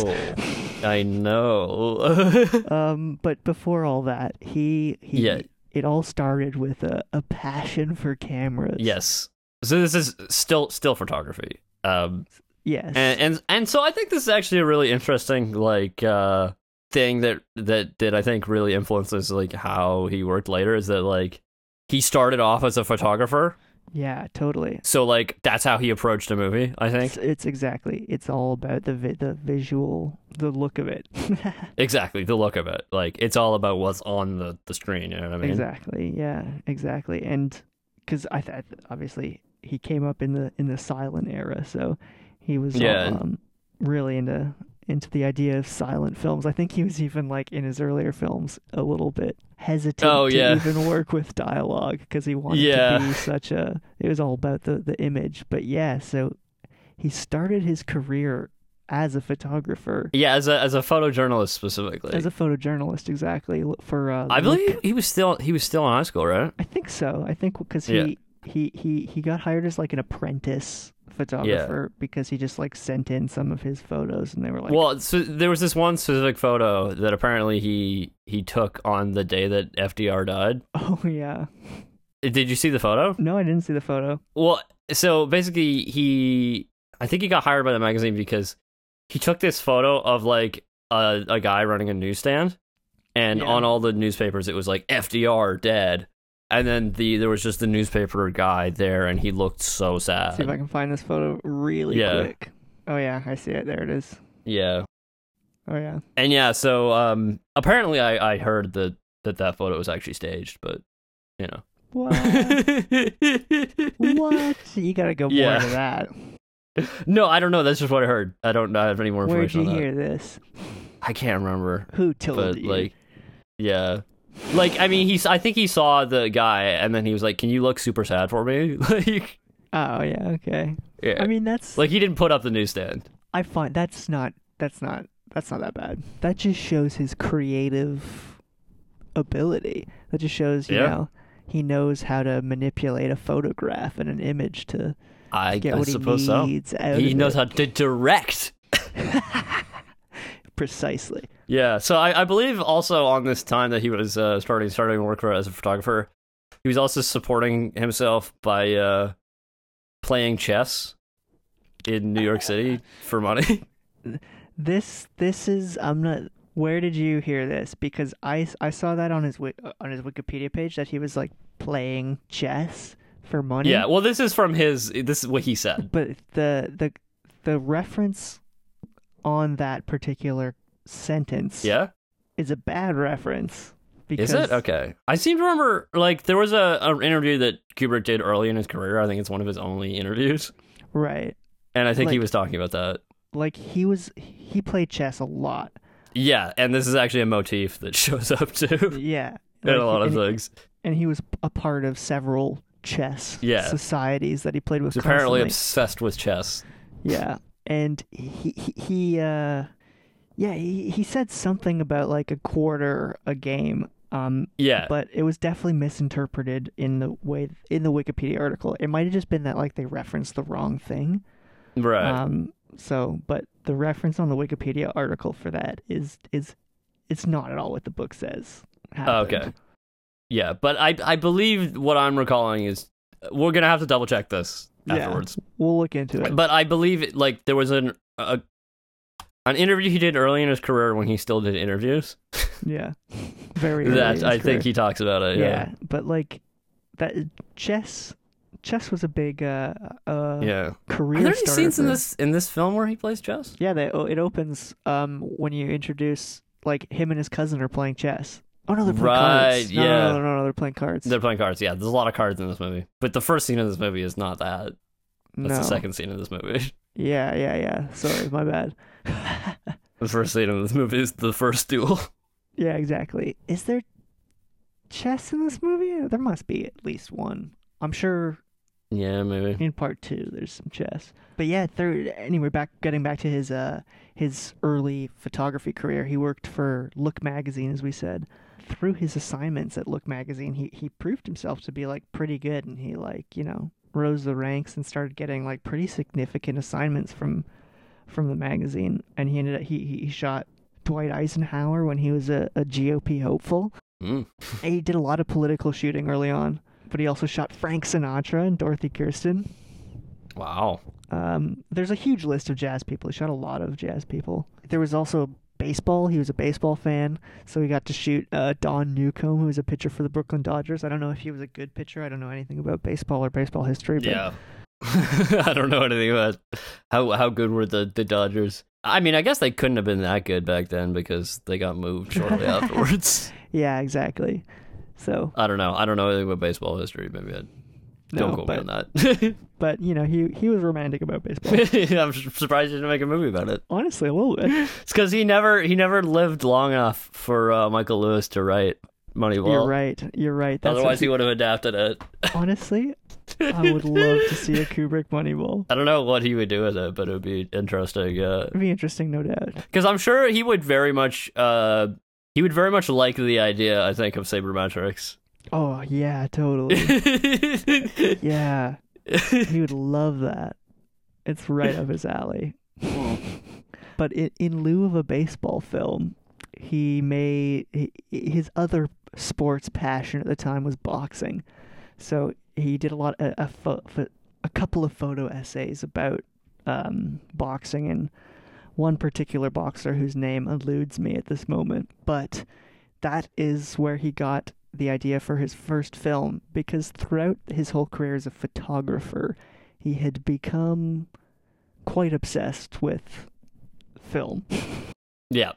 I know. <laughs> um but before all that he, he Yeah. it all started with a, a passion for cameras yes. So this is still still photography. Um, yes and and and so I think this is actually a really interesting like uh thing that that that I think really influences like how he worked later is that like he started off as a photographer, yeah totally so like that's how he approached a movie. I it's, <laughs> think it's exactly it's all about the vi- the visual the look of it <laughs> exactly the look of it. Like it's all about what's on the the screen. You know what I mean? exactly yeah exactly and because i th- obviously he came up in the in the silent era so he was Yeah. um, really into into the idea of silent films i think he was even like in his earlier films a little bit hesitant Oh, to yeah. even work with dialogue because he wanted Yeah. to be such a it was all about the the image but yeah so he started his career as a photographer Yeah, as a as a photojournalist specifically. as a photojournalist exactly l- for uh, I Look- believe he was still he was still in high school, right? I think so. I think because he Yeah. he he he got hired as like an apprentice photographer because he just like sent in some of his photos and they were like, well, so there was this one specific photo that apparently he he took on the day that FDR died. <laughs> "Oh yeah, Did you see the photo? no, I didn't see the photo." Well, so basically, he I think he got hired by the magazine because he took this photo of like a, a guy running a newsstand, and Yeah. on all the newspapers it was like FDR dead, and then the there was just the newspaper guy there, and he looked so see if I sad. can find this photo really Uh, yeah. quick. Oh yeah, I see it. There it is. Yeah, Oh yeah. and yeah, so um, apparently I I heard that that that photo was actually staged, but you know. <laughs> What? what? You gotta go more Yeah. into that. No, I don't know. That's just what I heard. I don't have any more Where'd information you on that. hear this? I can't remember. Who told but you? like yeah like i mean he's i think he saw the guy and then he was like can you look super sad for me <laughs> like oh yeah, okay. yeah I mean, that's like he didn't put up the newsstand I find that's not that's not that's not that bad. That just shows his creative ability. That just shows you Yeah. know he knows how to manipulate a photograph and an image to i, get I what he suppose so needs out he of knows it. how to direct precisely. yeah so I, I believe also on this time that he was uh, starting starting work for, as a photographer he was also supporting himself by uh playing chess in new york city for money <laughs> This this is I'm not. Where did you hear this? Because I, s- I saw that on his wi- uh, on his Wikipedia page that he was like playing chess for money. yeah well this is from his this is what he said but the the the reference on that particular sentence yeah is a bad reference because Is it okay? I seem to remember like there was a an interview that Kubrick did early in his career. I think it's one of his only interviews, right and I think he Like- was talking about that. like he was he played chess a lot Yeah, and this is actually a motif that <laughs> shows up <laughs> too yeah in Like, a lot of and, <laughs> things. and he was a part of several chess Yeah. societies that he played with He's apparently constantly. obsessed with chess. Yeah, and he he, he uh, yeah he, he said something about like a quarter a game. Um, Yeah. but it was definitely misinterpreted in the way in the Wikipedia article. It might have just been that like they referenced the wrong thing. Right. Um, so but the reference on the Wikipedia article for that is is it's not at all what the book says. happened. Oh, okay. Yeah, but I I believe what I'm recalling is we're gonna have to double check this afterwards. We'll look into <laughs> it. But I believe it, like there was an a, an interview he did early in his career when he still did interviews. Yeah. Very early <laughs> in That his I career. think he talks about it. yeah. Yeah. but like that chess chess was a big uh uh Yeah. career Are there any starter scenes in for- this in this film where he plays chess? yeah they, oh, it opens um when you introduce like him and his cousin are playing chess oh no they're playing cards Right, no, yeah. no, no, no no they're playing cards They're playing cards. Yeah, there's a lot of cards in this movie. But the first scene in this movie is not that. That's no the second scene in this movie. <laughs> yeah yeah yeah sorry my bad <laughs> The first scene in this movie is the first duel. <laughs> yeah exactly is there chess in this movie there must be at least one i'm sure Yeah, maybe. in part two there's some chess but yeah third anyway back getting back to his uh his early photography career he worked for look magazine as we said through his assignments at look magazine he he proved himself to be like pretty good and he like you know rose the ranks and started getting like pretty significant assignments from from the magazine and he ended up he he he shot dwight eisenhower when he was a, a gop hopeful Mm. and he did a lot of political shooting early on but he also shot frank sinatra and dorothy kirsten Wow. um, there's a huge list of jazz people. He shot a lot of jazz people. There was also baseball. He was a baseball fan, so he got to shoot uh, Don Newcomb, who was a pitcher for the Brooklyn Dodgers. I don't know if he was a good pitcher. I don't know anything about baseball or baseball history. But Yeah. <laughs> I don't know anything about how how good were the, the Dodgers. I mean, I guess they couldn't have been that good back then because they got moved <laughs> shortly afterwards. yeah, exactly. So I don't know. I don't know anything about baseball history. Maybe I no, don't quote but, me on that. <laughs> but you know he he was romantic about baseball. I'm surprised you didn't make a movie about it. Honestly, a little bit. It's because he never he never lived long enough for uh, Michael Lewis to write Moneyball. You're right. You're right. That's Otherwise, what, he would have adapted it. <laughs> <laughs> honestly, I would love to see a Kubrick Moneyball. I don't know what he would do with it, but it would be interesting. Yeah, It'd be interesting, no doubt. because I'm sure he would very much uh he would very much like the idea. I think of <laughs> sabermetrics. Oh yeah, totally. Yeah. He would love that. It's right up his alley. but in, in lieu of a baseball film, he made he, his other sports passion at the time was boxing. So he did a lot a, a, pho- pho- a couple of photo essays about um, boxing and one particular boxer whose name eludes me at this moment, but that is where he got the idea for his first film because throughout his whole career as a photographer, he had become quite obsessed with film. yeah,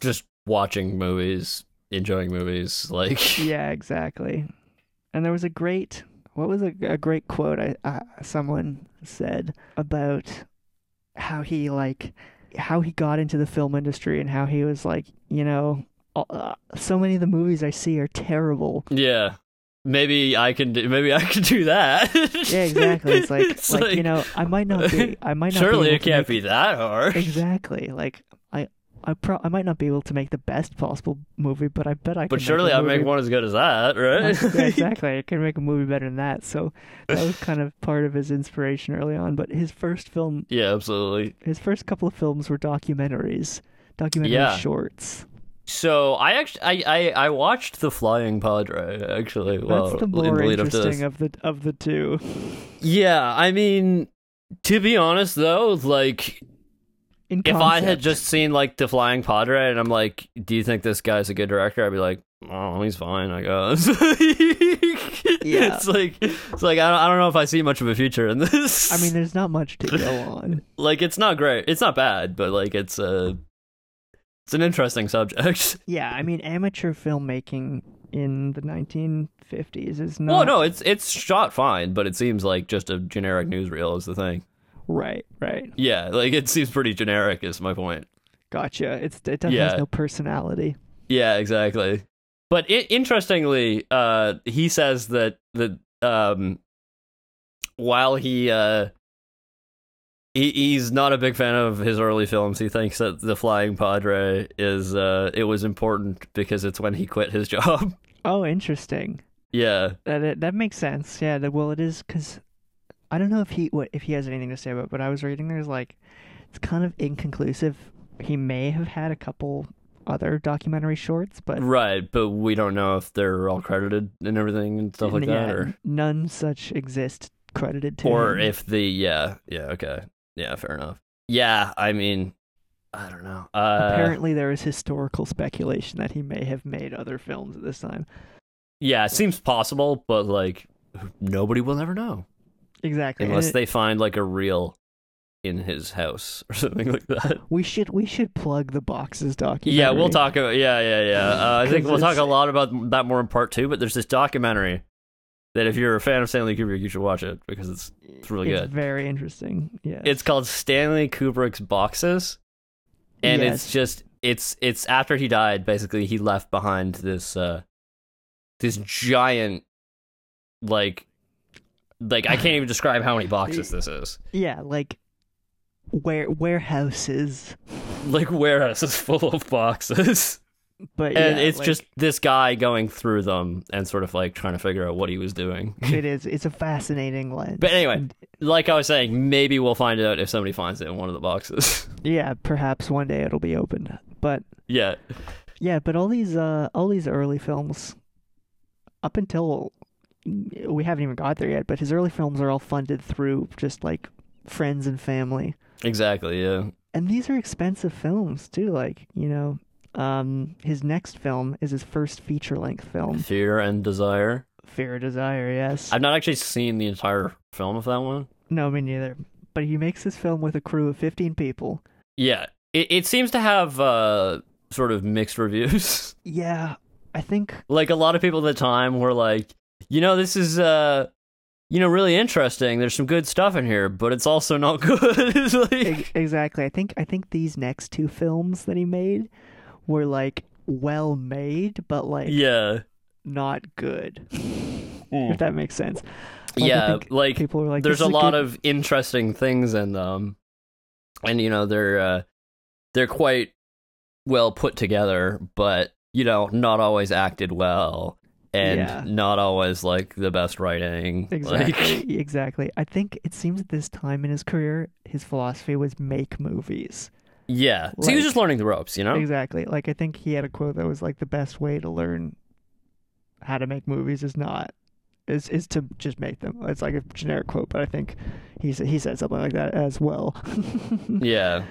just watching movies, enjoying movies. Like yeah, exactly. And there was a great what was a, a great quote I uh, someone said about how he like how he got into the film industry and how he was like, you know, all- uh, so many of the movies I see are terrible, <laughs> yeah. Maybe I can do. Maybe I can do that. Yeah, exactly. <laughs> It's like, like, you know, I might not be, I might not. surely be able it to can't make- be that hard. Exactly. Like I, I pro, I might not be able to make the best possible movie, but I bet I. But can surely make a I'll make movie- one as good as that, <laughs> <laughs> Yeah, right? exactly. I can make a movie better than that. So that was kind of part of his inspiration early on. But his first film, yeah, absolutely. his first couple of films were documentaries, documentary Yeah. shorts. So I actually I, I, I watched The Flying Padre actually. That's well, the in more lead up to this. interesting of the of the two. Yeah, I mean, to be honest though, like In if I had concept. just seen like The Flying Padre and I'm like, do you think this guy's a good director? I'd be like, oh, he's fine, I guess. <laughs> Yeah. it's like it's like I don't, I don't know if I see much of a future in this. I mean, there's not much to go on. <laughs> like it's not great, it's not bad, but like it's uh, it's an interesting subject. Yeah, I mean, amateur filmmaking in the 1950s is not Well, no, it's it's shot fine, but it seems like just a generic newsreel is the thing. right, right. Yeah, like it seems pretty generic. Is my point. Gotcha. It's it doesn't Yeah. has no personality. Yeah, exactly. But i interestingly, uh, he says that that um, while he uh, he he's not a big fan of his early films, he thinks that the Flying Padre is uh, it was important because it's when he quit his <laughs> job. Oh, interesting. yeah, That that- that makes sense. Yeah. That, well, it is because I don't know if he what if he has anything to say about. it, But I was reading there's like it's kind of inconclusive. He may have had a couple other documentary shorts, but right. But we don't know if they're all credited and everything and stuff like yeah, that. Or none such exist credited to. or him. if the yeah yeah okay yeah fair enough yeah i mean i don't know uh apparently there is historical speculation that he may have made other films at this time. yeah it seems possible but like nobody will ever know Exactly. and unless it- they find like a reel in his house or <laughs> something like that we should we should plug the boxes documentary. yeah we'll talk about yeah yeah yeah uh, i think 'Cause we'll talk it's- a lot about that more in part two but there's this documentary that if you're a fan of stanley kubrick you should watch it because it's it's really It's good. very interesting. Yeah. it's called Stanley Kubrick's Boxes, and Yes. it's just it's it's after he died. Basically, he left behind this uh this giant like like I <sighs> can't even describe how many boxes this is. yeah, like ware warehouses. Like warehouse is full of boxes, But and <laughs> yeah, it's like, just this guy going through them and sort of like trying to figure out what he was doing. <laughs> it is it's a fascinating lens. But anyway, And, like I was saying, maybe we'll find out if somebody finds it in one of the boxes. <laughs> yeah, perhaps one day it'll be opened. But yeah. Yeah, but all these uh all these early films up until we haven't even got there yet, but his early films are all funded through just like friends and family. Exactly, yeah. And these are expensive films too, like, you know, um his next film is his first feature length film, Fear and desire. Fear or Desire, yes. I've not actually seen the entire film of that one. No, me neither. But he makes this film with a crew of 15 people. Yeah, it it seems to have uh, sort of mixed <laughs> reviews. Yeah, <laughs> I think like a lot of people at the time were like, you know, this is uh, you know, really interesting. There's some good stuff in here, but it's also not <laughs> good. It's Ex- like, exactly. I think I think these next two films that he made were like well made, but like yeah, Hmm. not good. If that makes sense. Like, I yeah, think like people were like, there's "This a is lot good- of interesting things in them, and you know they're uh, they're quite well put together, but you know not always acted well, and Yeah. not always like the best writing. exactly Like, exactly. I think it seems at this time in his career, his philosophy was make movies. <laughs> yeah, so he was Like- just learning the ropes, you know. Exactly. Like I think he had a quote that was like the best way to learn how to make movies is not is is to just make them. It's like a generic quote, but I think he sa- he said something like that as well. Yeah.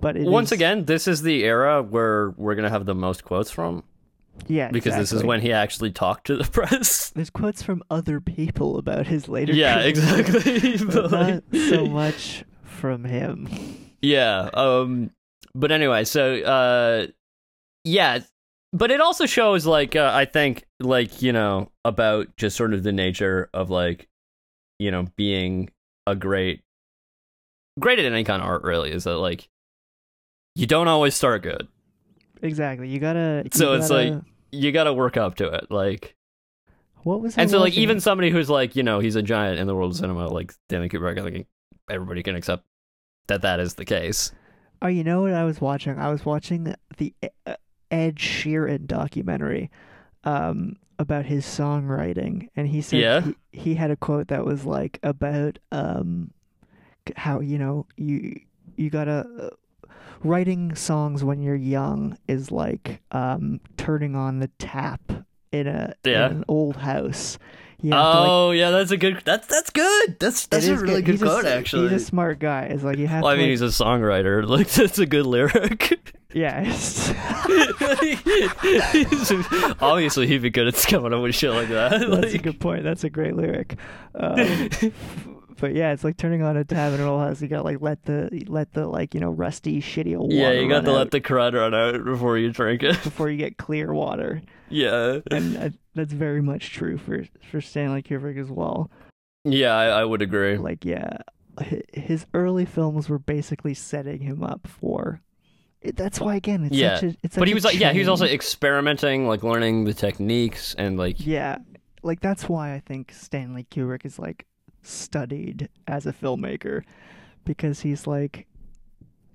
but <laughs> it Once is- again, this is the era where we're gonna have the most quotes from yeah, because this is exactly. when he actually talked to the <laughs> press. there's quotes from other people about his later. yeah, career, exactly. <laughs> <laughs> But, but not like- so much from him. Yeah. Um. But anyway, so uh, yeah. But it also shows, like, uh, I think, like you know, about just sort of the nature of like, you know, being a great, great at any kind of art. Really, is that like, you don't always start good. Exactly. You gotta. you So it's gotta- like- You got to work up to it. Like, what was? and I so like watching? even somebody who's like, you know, he's a giant in the world of cinema, like Stanley Kubrick. I think everybody can accept that that is the case. Oh, you know what I was watching? I was watching the E- uh, Ed Sheeran documentary um, about his songwriting, and he said Yeah. he, he had a quote that was like about um, c- how you know you you gotta uh, writing songs when you're young is like um, turning on the tap in a in Yeah. an old house. You have to, like, Oh yeah, that's a good. That's that's good. That's that's it a is really good He's a quote s- actually. He's a smart guy. It's like you have well, I to. mean, like- he's a songwriter. <laughs> Like that's a good <laughs> lyric. yeah. it's- Obviously, he'd be good at coming up with shit like that. <laughs> That's a Like, good point. That's a great lyric. <laughs> Um, but yeah, it's like turning on a tab in an old house. You got like let the let the like you know rusty shitty old yeah, water you got run to let out the crud run out before you drink it. <laughs> before you get clear water, yeah, <laughs> and uh, that's very much true for for Stanley Kubrick as well. yeah, I, I would agree. Like yeah, hi- his early films were basically setting him up for. It, that's why again, it's Yeah, such a, it's such But he a was like, yeah, he was also change. experimenting, like learning the techniques and like, yeah, like that's why I think Stanley Kubrick is like studied as a filmmaker because he's like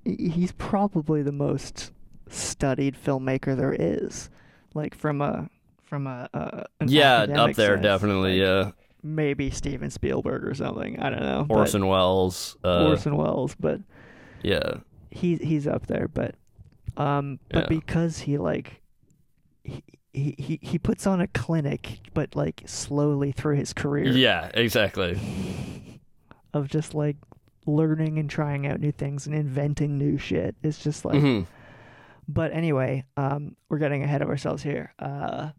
he- he's probably the most studied filmmaker there is like from a from a, a <laughs> an yeah, up academic there sense. definitely, Like, yeah. maybe Steven Spielberg or something I don't know but- Orson Welles, uh, Orson Welles but yeah, he's he's up there, but um, but Yeah. because he like he, he he- he puts on a clinic, but like slowly through his career. yeah, exactly. of just like learning and trying out new things and inventing new shit. It's just like, Mhm. but anyway, um, we're getting ahead of ourselves here. Uh,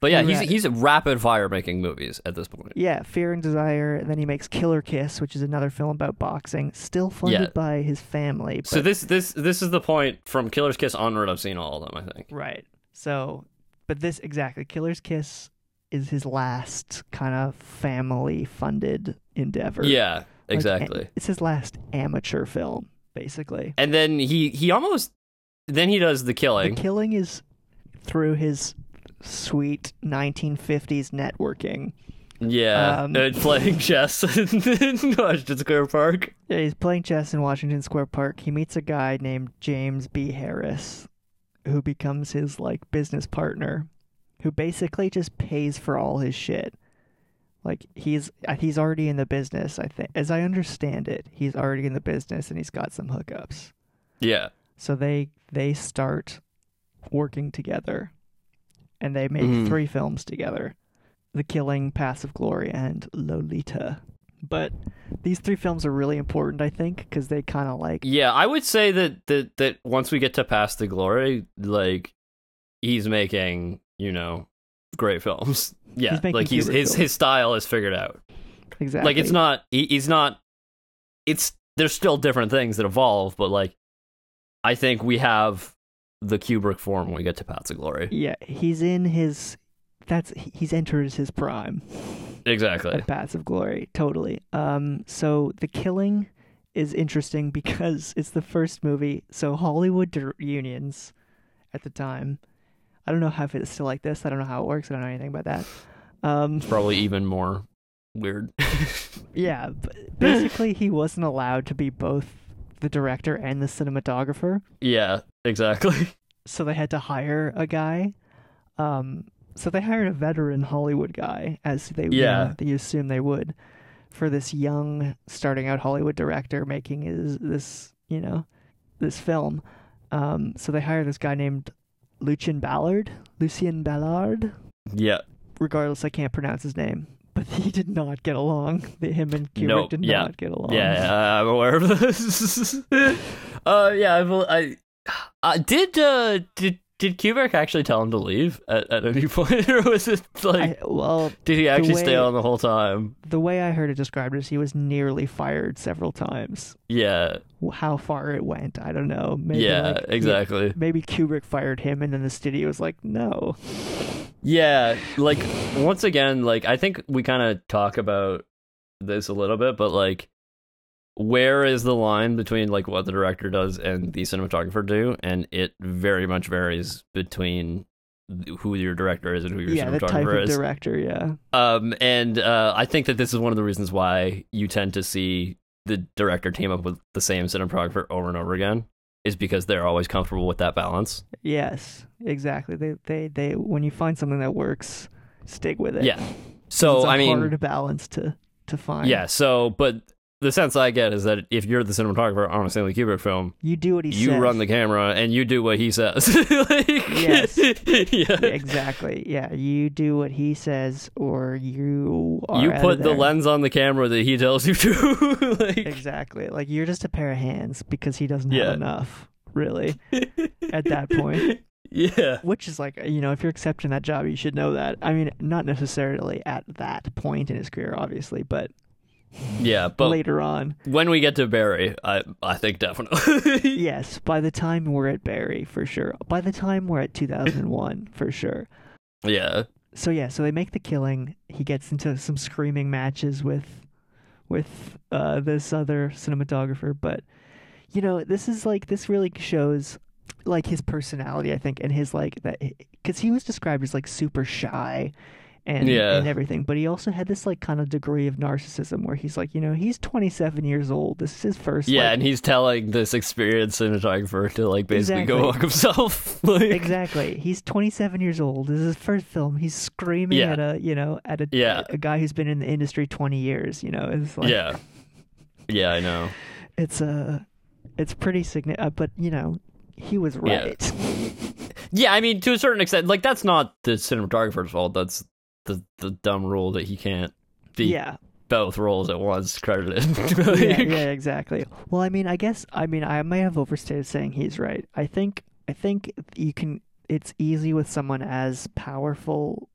But yeah, he's Right. he's rapid fire making movies at this point. yeah, Fear and Desire, and then he makes Killer Kiss, which is another film about boxing, still funded Yeah. by his family. But, So this this this is the point from Killer's Kiss onward. I've seen all of them. I think. right, so, but this exactly, Killer's Kiss is his last kind of family-funded endeavor. Yeah, Like, exactly. a- it's his last amateur film, basically. and then he he almost then he does the The killing. killing is through his sweet 1950s networking. yeah, um, and <laughs> playing chess in Washington Square Park. Yeah, he's playing chess in Washington Square Park. He meets a guy named James B. Harris, who becomes his like business partner, who basically just pays for all his shit. Like he's uh, he's already in the business. I think, as I understand it, he's already in the business and he's got some hookups. Yeah, So they they start working together, and they make Mhm. three films together: The Killing, Paths of Glory, and Lolita. But these three films are really important, I think, because they kind of like yeah. I would say that that that once we get to past the glory, like he's making you know great films. <laughs> Yeah, He's making like he's Kubrick his films. his style is figured out. exactly Like it's not he, he's not. It's there's still different things that evolve, but like I think we have the Kubrick form when we get to Paths of Glory. Yeah, he's in his. That's he's entered his prime. Exactly. at Paths of Glory, totally. Um, so the killing is interesting <laughs> because it's the first movie. So Hollywood dir- unions at the time. I don't know how if it's still like this. I don't know how it works. I don't know anything about that. Um, probably even more weird. <laughs> yeah, b- basically he wasn't allowed to be both the director and the cinematographer, yeah, exactly. <laughs> so they had to hire a guy. Um, so they hired a veteran Hollywood guy, as they you Yeah. know, that you assume they would, for this young starting out Hollywood director making his this you know this film. Um, so they hired this guy named Lucien Ballard, Lucien Ballard. Yeah. Regardless, I can't pronounce his name, but <laughs> he did not get along. Him and Kubrick Nope, did yeah, not get along. Yeah, I- I'm aware of this. <laughs> uh yeah, I bel- I, I did uh did did Kubrick actually tell him to leave at, at any <laughs> point or was it I, like well, did he actually way- stay on the whole time? the way I heard it described is he was nearly fired several times. Yeah. how far it went. I don't know. Maybe yeah, like, exactly. Maybe Kubrick fired him, and then the studio was like, "No, Yeah, like once again, like I think we kind of talk about this a little bit, but like where is the line between like what the director does and the cinematographer do and it very much varies between who your director is and who your yeah, the type cinematographer of is. director, yeah, um and uh I think that this is one of the reasons why you tend to see the director team up with the same cinematographer over and over again is because they're always comfortable with that balance. yes, exactly." They, they, they. When you find something that works, stick with it. Yeah. 'Cause So it's a I mean harder to balance to to find. Yeah. So, but the sense I get is that if you're the cinematographer on a Stanley Kubrick film, you do what he you says. run the camera and you do what he says. <laughs> Like, <laughs> Yes. yeah. Yeah, <laughs> exactly. Yeah, you do what he says, or you are You outta put the there. lens <laughs> on the camera that he tells you to. <laughs> like, Exactly. Like you're just a pair of hands because he doesn't Yeah. have enough, really, <laughs> at that point. yeah. Which is like, you know, if you're accepting that job, you should know that. I mean, not necessarily at that point in his career, obviously, but, Yeah. But later on. when we get to Barry, I I think definitely. <laughs> Yes, by the time we're at Barry, for sure. By the time we're at 2001, for sure. yeah. So, yeah, so they make the killing. He gets into some screaming matches with with uh, this other cinematographer. But, you know, this is like, this really shows like his personality, I think, and his like that, because he was described as like super shy and, Yeah. and everything. But he also had this like kind of degree of narcissism where he's like, you know, he's 27 years old. This is his first. Yeah, like- and he's telling this experienced cinematographer to like basically Exactly. go fuck himself. <laughs> like, exactly. He's 27 years old. This is his first film. He's screaming Yeah. at a, you know, at a, Yeah. a guy who's been in the industry 20 years, you know, it's like, Yeah. Yeah, I know. it's a, it's pretty significant, but you know, he was Yeah. right. Yeah, I mean, to a certain extent, like that's not the cinematographer's fault. That's the the dumb rule that he can't be <laughs> yeah. both roles at once credited. <laughs> yeah, Like, <laughs> yeah, exactly. Well, I mean, I guess I mean I may have overstated saying he's right. I think I think you can. It's easy with someone as powerful.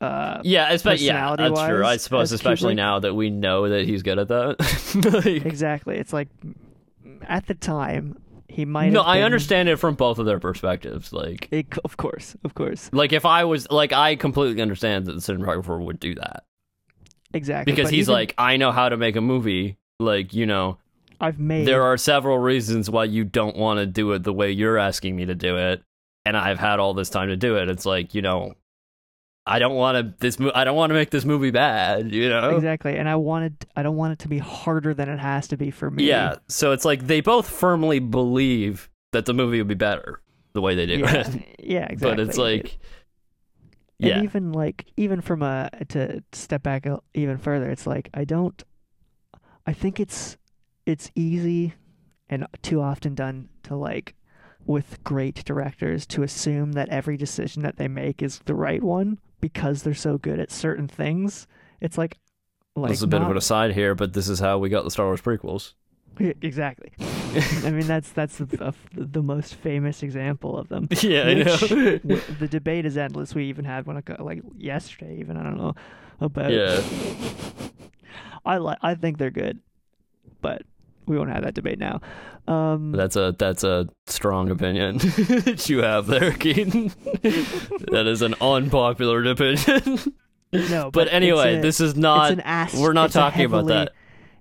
Uh, Yeah, espe- yeah, that's true. I Personality-wise, suppose, as especially Kubrick. now that we know that <laughs> he's good at that. Like, exactly. It's like mm, at the time he might. no, have I been- understand it from both of their perspectives. Like, It, of course, of course, like if I was like, I completely understand that the cinematographer would do that exactly. because But he's even- like, I know how to make a movie. Like, you know, I've made. there are several reasons why you don't want to do it the way you're asking me to do it, and I've had all this time to do it. It's like, you know, I don't want to this. Mo- I don't want to make this movie bad. You know, <laughs> Exactly, and I wanted. I don't want it to be harder than it has to be for me. Yeah, so it's like they both firmly believe that the movie will be better the way they do <laughs> yeah, it. yeah, exactly. but it's like, and yeah, even like even from a to step back a- even further it's like i don't i think it's it's easy and too often done to like with great directors to assume that every decision that they make is the right one because they're so good at certain things it's like like this is a bit of not- an aside here, but this is how we got the Star Wars prequels. <laughs> Yeah, <laughs> exactly i mean that's that's the, the most famous example of them <laughs> yeah, I Which- know. <laughs> <laughs> w- the debate is endless. We even had one like, uh, like yesterday, even I don't know about. Yeah. I like. I think they're good, but we won't have that debate now. Um, that's a that's a strong opinion <laughs> that you have there, Keaton. <laughs> that is an unpopular opinion. <laughs> no, but, but it's anyway, a- this is it's not. an ast- we're not it's a talking about heavily- that.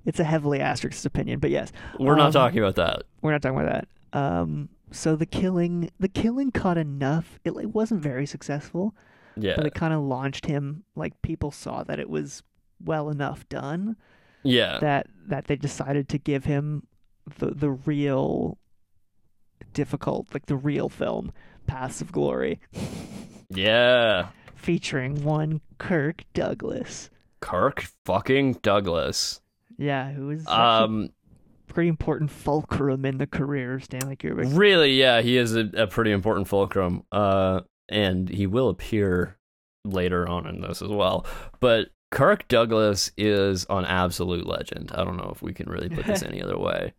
It's a heavily asterisked opinion, but yes, We're not um, talking about that. we're not talking about that. Um, so the killing, the killing caught enough. It like, wasn't very successful, Yeah, but it kind of launched him. Like people saw that it was well enough done. yeah, that that they decided to give him the the real difficult like the real film Paths of Glory yeah. featuring one Kirk Douglas. Kirk fucking Douglas. Yeah, who is such Um, a pretty important fulcrum in the career of Stanley Kubrick. Really, yeah, he is a, a pretty important fulcrum, uh, and he will appear later on in this as well. But Kirk Douglas is an absolute legend. I don't know if we can really put <laughs> this any other way.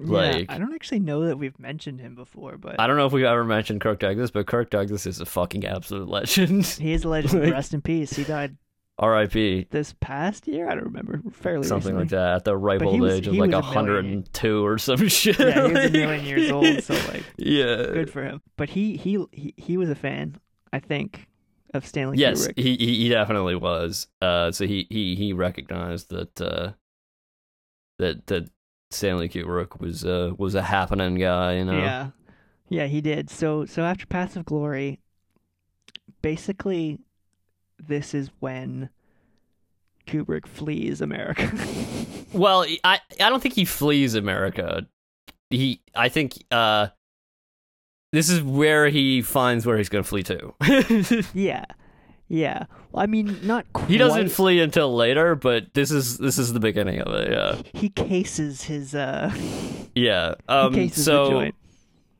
like- yeah, I don't actually know that we've mentioned him before, but I don't know if we've ever mentioned Kirk Douglas, but Kirk Douglas is a fucking absolute legend. <laughs> he is a legend. Like- Rest in peace. He died R.I.P. this past year. I don't remember. Fairly Something like recently. that at the ripe But he old was- age of he like was a 102 or some <laughs> shit. Yeah, he was a like- million years <laughs> old. So like, yeah. good for him. But he he he, he was a fan, I think, of Stanley yes, Kubrick. he, he he definitely was. Uh, so he he he recognized that uh, that that Stanley Kubrick was uh was a happening guy, you know. Yeah, yeah, he did. So so after Paths of Glory, basically, this is when Kubrick flees America. <laughs> Well, I I don't think he flees America. He I think uh this is where he finds where he's going to <laughs> flee to. yeah, yeah. Well, I mean, not quite. he doesn't flee until later, but this is this is the beginning of it. Yeah. He cases his uh. he Yeah. Um cases the so joint.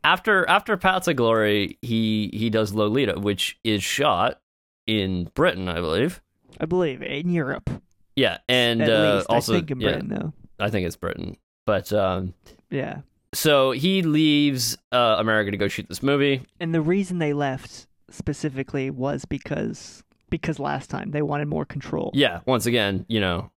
after after Paths of Glory, he he does Lolita, which is shot in Britain, I believe. I believe in Europe. Yeah, and at uh, least. also I think in yeah, Britain though. I think it's Britain. But um, Yeah. so he leaves uh, America to go shoot this movie. And the reason they left specifically was because because last time they wanted more control. Yeah, once again, you know,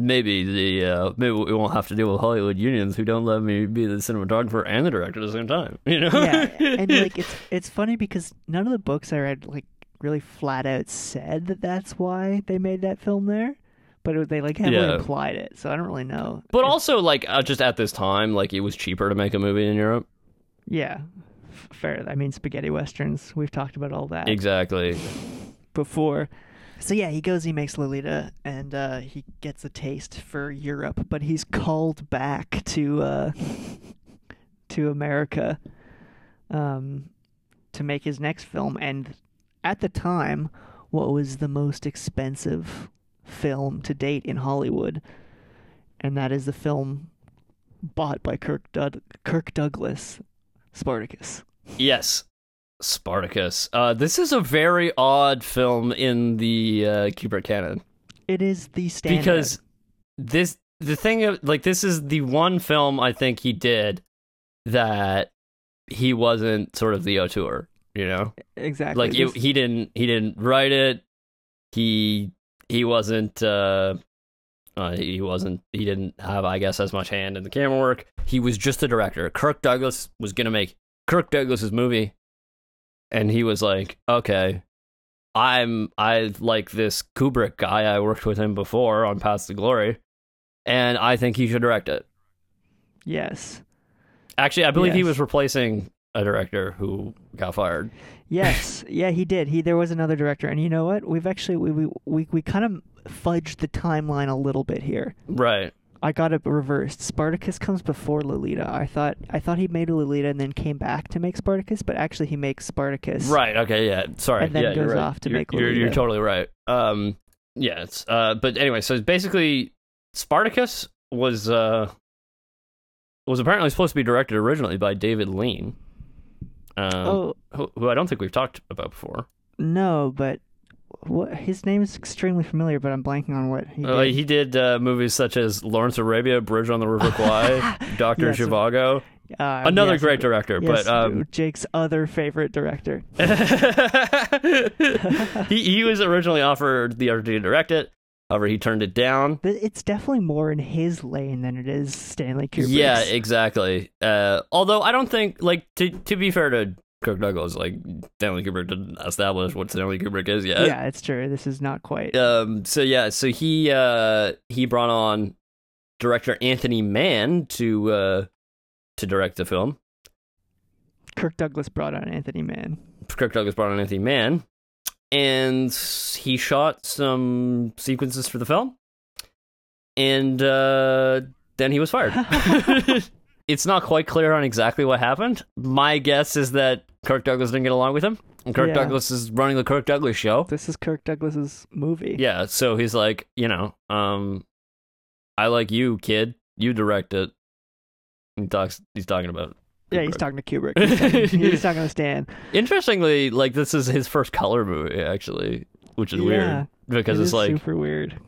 maybe the uh, maybe we won't have to deal with Hollywood unions who don't let me be the cinematographer and the director at the same time. <laughs> You know, Yeah, And like it's it's funny because none of the books I read like really flat out said that that's why they made that film there, but it, they like heavily Yeah. implied it. So I don't really know. But if- also, like, uh, just at this time, like, it was cheaper to make a movie in Europe. yeah, f- fair. I mean, spaghetti westerns. We've talked about all that Exactly. before. So yeah, he goes, he makes Lolita, and uh, he gets a taste for Europe, but he's called back to uh, to America um, to make his next film. And at the time, what was the most expensive film to date in Hollywood, and that is the film bought by Kirk Dud- Kirk Douglas, Spartacus. Yes. Spartacus. Uh, this is a very odd film in the uh, Kubrick canon It is the standard because this the thing of like this is the one film I think he did that he wasn't sort of the auteur, you know? Exactly. Like it, This- he didn't he didn't write it. He he wasn't uh, uh he wasn't he didn't have I guess as much hand in the camera work. He was just the director. Kirk Douglas was going to make Kirk Douglas's movie and he was like, "Okay, I'm I like this Kubrick guy. I worked with him before on Paths to Glory." And I think he should direct it. yes. Actually, I believe he Yes. was replacing a director who got fired. <laughs> Yes. yeah, he did. He there was another director, and you know what? We've actually we we we, we kind of fudged the timeline a little bit here. Right. I got it reversed. Spartacus comes before Lolita. I thought I thought he made Lolita and then came back to make Spartacus, but actually he makes Spartacus. Right. Okay. Yeah. Sorry. And then yeah, you're goes right. off to you're, make You're, you're Lolita. totally right. Um. Yeah. It's, uh. But anyway, so basically, Spartacus was uh was apparently supposed to be directed originally by David Lean, um, Oh who, who I don't think we've talked about before. no, but what his name is extremely familiar, but I'm blanking on what he. Uh, did. he did uh, movies such as Lawrence of Arabia, Bridge on the <laughs> River Kwai, Doctor Yes. Zhivago. Uh, Another yes, great director, yes, but um, Jake's other favorite director. <laughs> he he was originally offered the opportunity to direct it. However, he turned it down. But it's definitely more in his lane than it is Stanley Kubrick's. Yeah, exactly. Uh, although I don't think, like, to to be fair to Kirk Douglas, like Stanley Kubrick didn't establish what Stanley Kubrick is yet. yeah, it's true. This is not quite. Um. So yeah. So he uh he brought on director Anthony Mann to uh to direct the film. Kirk Douglas brought on Anthony Mann. Kirk Douglas brought on Anthony Mann, and he shot some sequences for the film, and uh, then he was <laughs> fired. it's not quite clear on exactly what happened. My guess is that Kirk Douglas didn't get along with him, and Kirk Yeah. Douglas is running the Kirk Douglas show. This is Kirk Douglas's movie. Yeah, so he's like, you know, um, I like you, kid. You direct it. He talks. He's talking about. Yeah, he's Kubrick. talking <laughs> to Kubrick. He's talking, he's talking to Stan. Interestingly, like this is his first color movie actually, which is Yeah, weird because It it's is like super weird.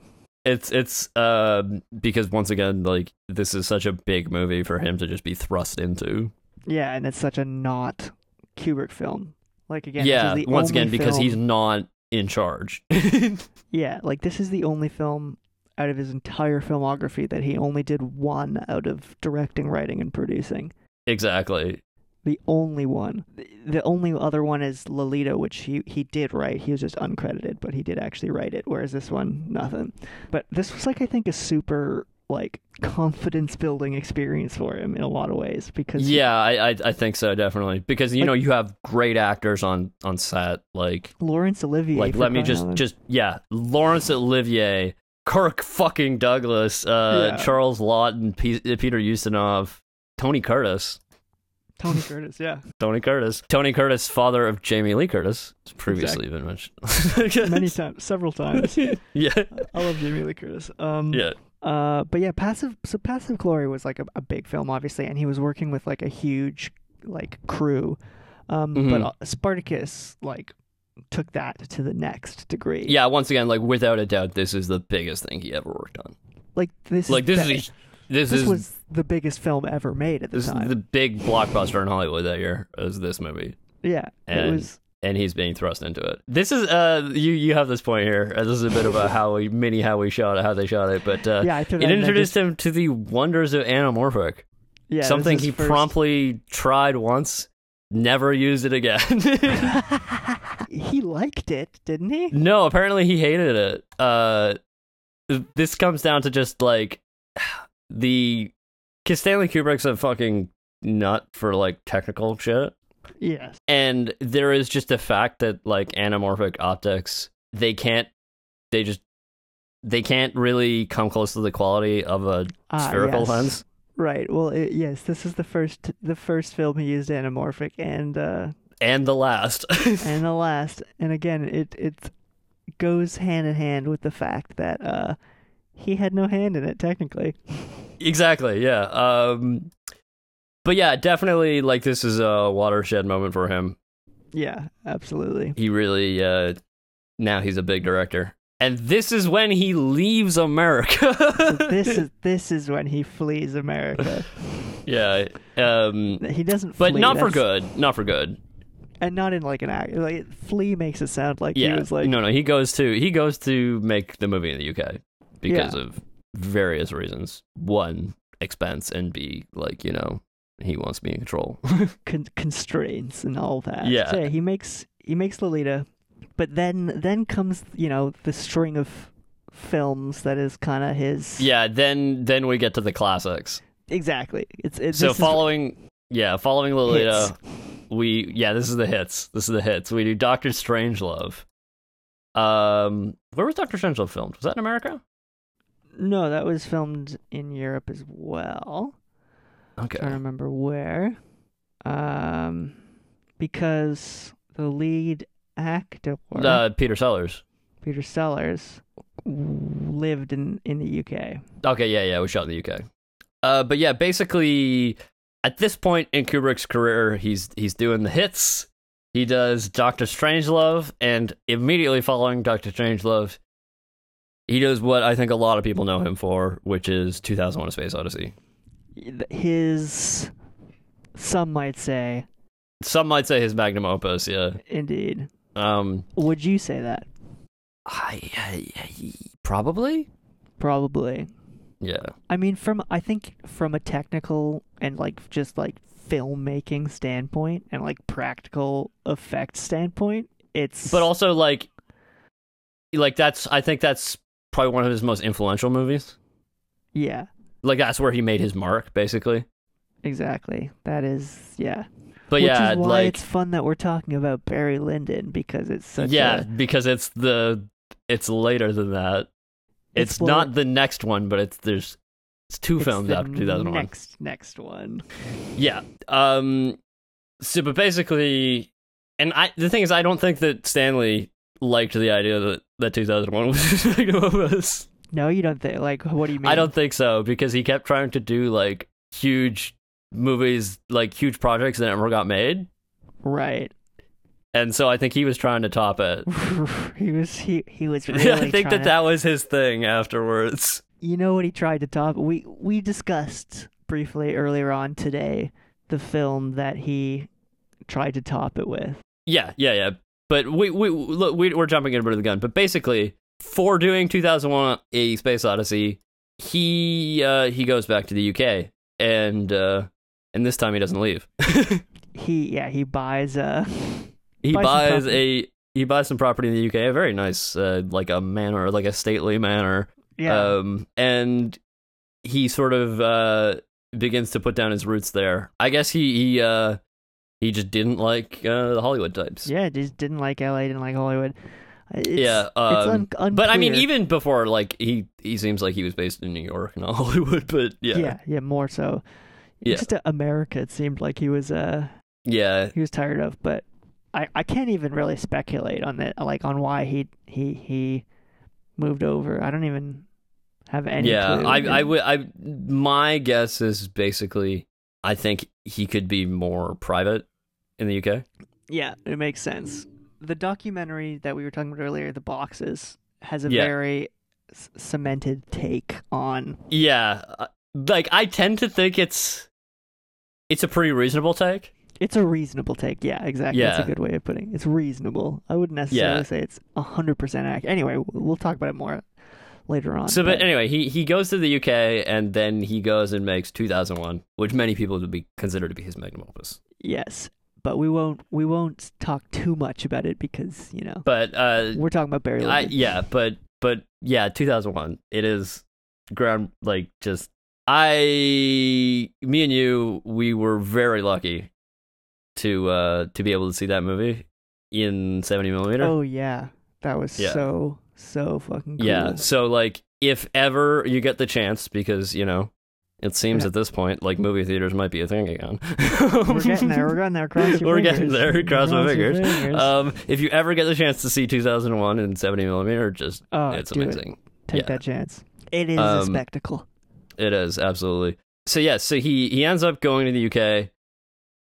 it's it's uh because once again like this is such a big movie for him to just be thrust into. Yeah, and it's such a not Kubrick film. Like again, this yeah, is the once only again because film- he's not in charge. <laughs> yeah, like this is the only film out of his entire filmography that he only did one out of directing, writing, and producing. exactly. The only one. The- The only other one is Lolita, which he, he did write. He was just uncredited, but he did actually write it. Whereas this one, nothing. But this was like I think a super like confidence building experience for him in a lot of ways because he- Yeah, I, I I think so definitely because you Like- know you have great actors on on set like Laurence Olivier. like for let me crying just out loud. just yeah Lawrence Olivier, Kirk fucking Douglas, uh, Yeah. Charles Lawton, P- Peter Ustinov, Tony Curtis. Tony Curtis. Yeah, Tony Curtis. Tony Curtis, father of Jamie Lee Curtis. It's previously been mentioned. <laughs> many <laughs> Um, times, several times. yeah. I love Jamie Lee Curtis. Um, Yeah. Uh, but yeah, passive. So passive glory was like a, a big film, obviously, and he was working with like a huge like crew. Um, But Mhm. uh, Spartacus like took that to the next degree. Yeah, once again, like without a doubt, this is the biggest thing he ever worked on. like this. Like is this the- is a, this, this is was the biggest film ever made at the this is time. the big blockbuster in Hollywood that year is this movie. yeah, it and- was. And he's being thrust into it. This is uh you you have this point here. Uh, This is a bit about how we mini how we shot it, how they shot it, but uh Yeah, I thought it I- I introduced just- him to the wonders of anamorphic. Yeah, this something is he first- promptly tried once, never used it again. <laughs> He liked it, didn't he? No, apparently he hated it. Uh, this comes down to just like <sighs> the because Stanley Kubrick's a fucking nut for like technical shit, Yes. and there is just the fact that like anamorphic optics, they can't, they just, they can't really come close to the quality of a Ah, spherical yes. lens. Right. Well, it, yes, this is the first the first film he used anamorphic and uh And the last, <laughs> and the last. And again, it it goes hand in hand with the fact that uh he had no hand in it technically. exactly, yeah. Um, but yeah, definitely, like this is a watershed moment for him. Yeah, absolutely. he really uh now he's a big director and this is when he leaves America. <laughs> <laughs> this is this is when he flees America. yeah. Um, He doesn't, but flee, not for that's- good. Not for good. and not in like an act. Like flee makes it sound like Yeah. he was like no, no. He goes to he goes to make the movie in the UK because Yeah. of various reasons. One, expense, and B, like you know, he wants me in <laughs> control. <laughs> con- constraints and all that. Yeah. So, he makes he makes Lolita, but then then comes you know the string of films that is kind of his. yeah. Then then we get to the classics. exactly. It's, it's so this is following yeah following lolita hits. we yeah this is the hits this is the hits we do dr strangelove um where was dr strangelove filmed was that in america No, that was filmed in Europe as well. okay trying to remember where. Um, because the lead actor, uh, peter sellers Peter Sellers, lived in, in the UK. okay yeah yeah it was shot in the uk uh but yeah basically at this point in kubrick's career he's he's doing the hits he does dr strangelove and immediately following dr strangelove he does what i think a lot of people know him for which is 2001 a space odyssey His, some might say, some might say his magnum opus yeah indeed. um Would you say that? I, I- I- probably Probably. yeah I mean, from I think from a technical and like just like filmmaking standpoint and like practical effects standpoint, it's but also like like that's i think that's probably one of his most influential movies yeah, like that's where he made his mark basically exactly. That is yeah. but Which yeah is why like it's fun that we're talking about Barry Lyndon because it's such yeah a, because it's the it's later than that it's, well, not the next one but it's there's it's two it's films the after 2001 Next next one. Yeah. Um so but basically and I the thing is I don't think that Stanley liked the idea that that 2001 <laughs> was his magnum opus. No, you don't think like what do you mean? I don't think so because he kept trying to do like huge movies, like huge projects that never got made. right. <laughs> And so I think he was trying to top it. he was he he <laughs> was really I think trying that to- that was his thing afterwards. you know what he tried to top we we discussed briefly earlier on today the film that he tried to top it with Yeah, yeah, yeah. But we we look, we we're jumping in front of the gun. But basically, for doing 2001: A Space Odyssey, he uh, he goes back to the UK, and uh, and this time he doesn't leave. <laughs> he yeah he buys a <laughs> He Buy some buys property. a he buys some property in the UK, a very nice uh, like a manor, like a stately manor. yeah Um, and he sort of uh, begins to put down his roots there. I guess he he uh, he just didn't like uh, the Hollywood types. yeah just didn't like la didn't like hollywood Uh, it's, yeah, it's um, un- unclear. but I mean, even before, like he he seems like he was based in New York, not <laughs> Hollywood. But yeah, yeah yeah more so Yeah. just uh, america it seemed like he was uh yeah, he was tired of but i i can't even really speculate on that like on why he he he moved over i don't even have any yeah. clue. I I would I my guess is basically I think he could be more private in the UK. Yeah, it makes sense. The documentary that we were talking about earlier, The Boxes, has a Yeah. very s- cemented take on. Yeah, uh, like I tend to think it's it's a pretty reasonable take. It's a reasonable take. Yeah, exactly. That's Yeah. a good way of putting it. It's reasonable. I wouldn't necessarily Yeah. say it's 100% accurate. Anyway, we'll- we'll talk about it more later on. So, but anyway, he he goes to the UK and then he goes and makes 2001, which many people would be consider to be his magnum opus. yes, but we won't we won't talk too much about it because, you know, But uh, we're talking about Barry I, Lyndon. yeah, but but yeah, 2001. It is ground like just I, me and you, we were very lucky to uh to be able to see that movie in 70 millimeter. Oh yeah. That was Yeah. so so fucking cool. yeah, so like if ever you get the chance, because you know. It seems Yeah. at this point like movie theaters might be a thing again. <laughs> We're getting there. We're getting there. Cross your We're getting fingers. there. Cross my your fingers. fingers. Um, if you ever get the chance to see 2001 in 70 millimeter, just Oh, it's do it. amazing. Take Yeah. that chance. It is a Um, spectacle. It is absolutely. So yeah, so he he ends up going to the UK,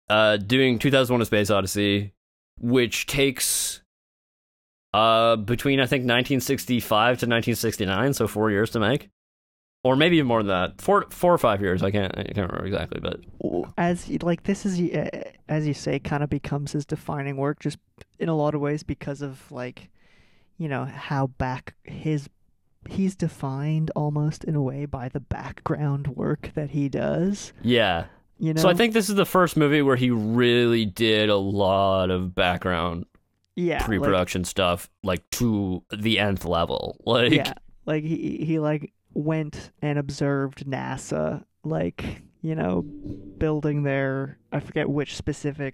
uh, doing 2001: A Space Odyssey, which takes Uh, between I think 1965 to 1969, so four years to make, or maybe more than that, four four or five years. I can't I can't remember exactly, but as you- like this is uh, as you say kind of becomes his defining work just in a lot of ways because of like you know how back his he's defined almost in a way by the background work that he does yeah. you know So I think this is the first movie where he really did a lot of background yeah like- pre-production stuff, like to the nth level. <laughs> Like yeah like he he like went and observed nasa like you know building their i forget which specific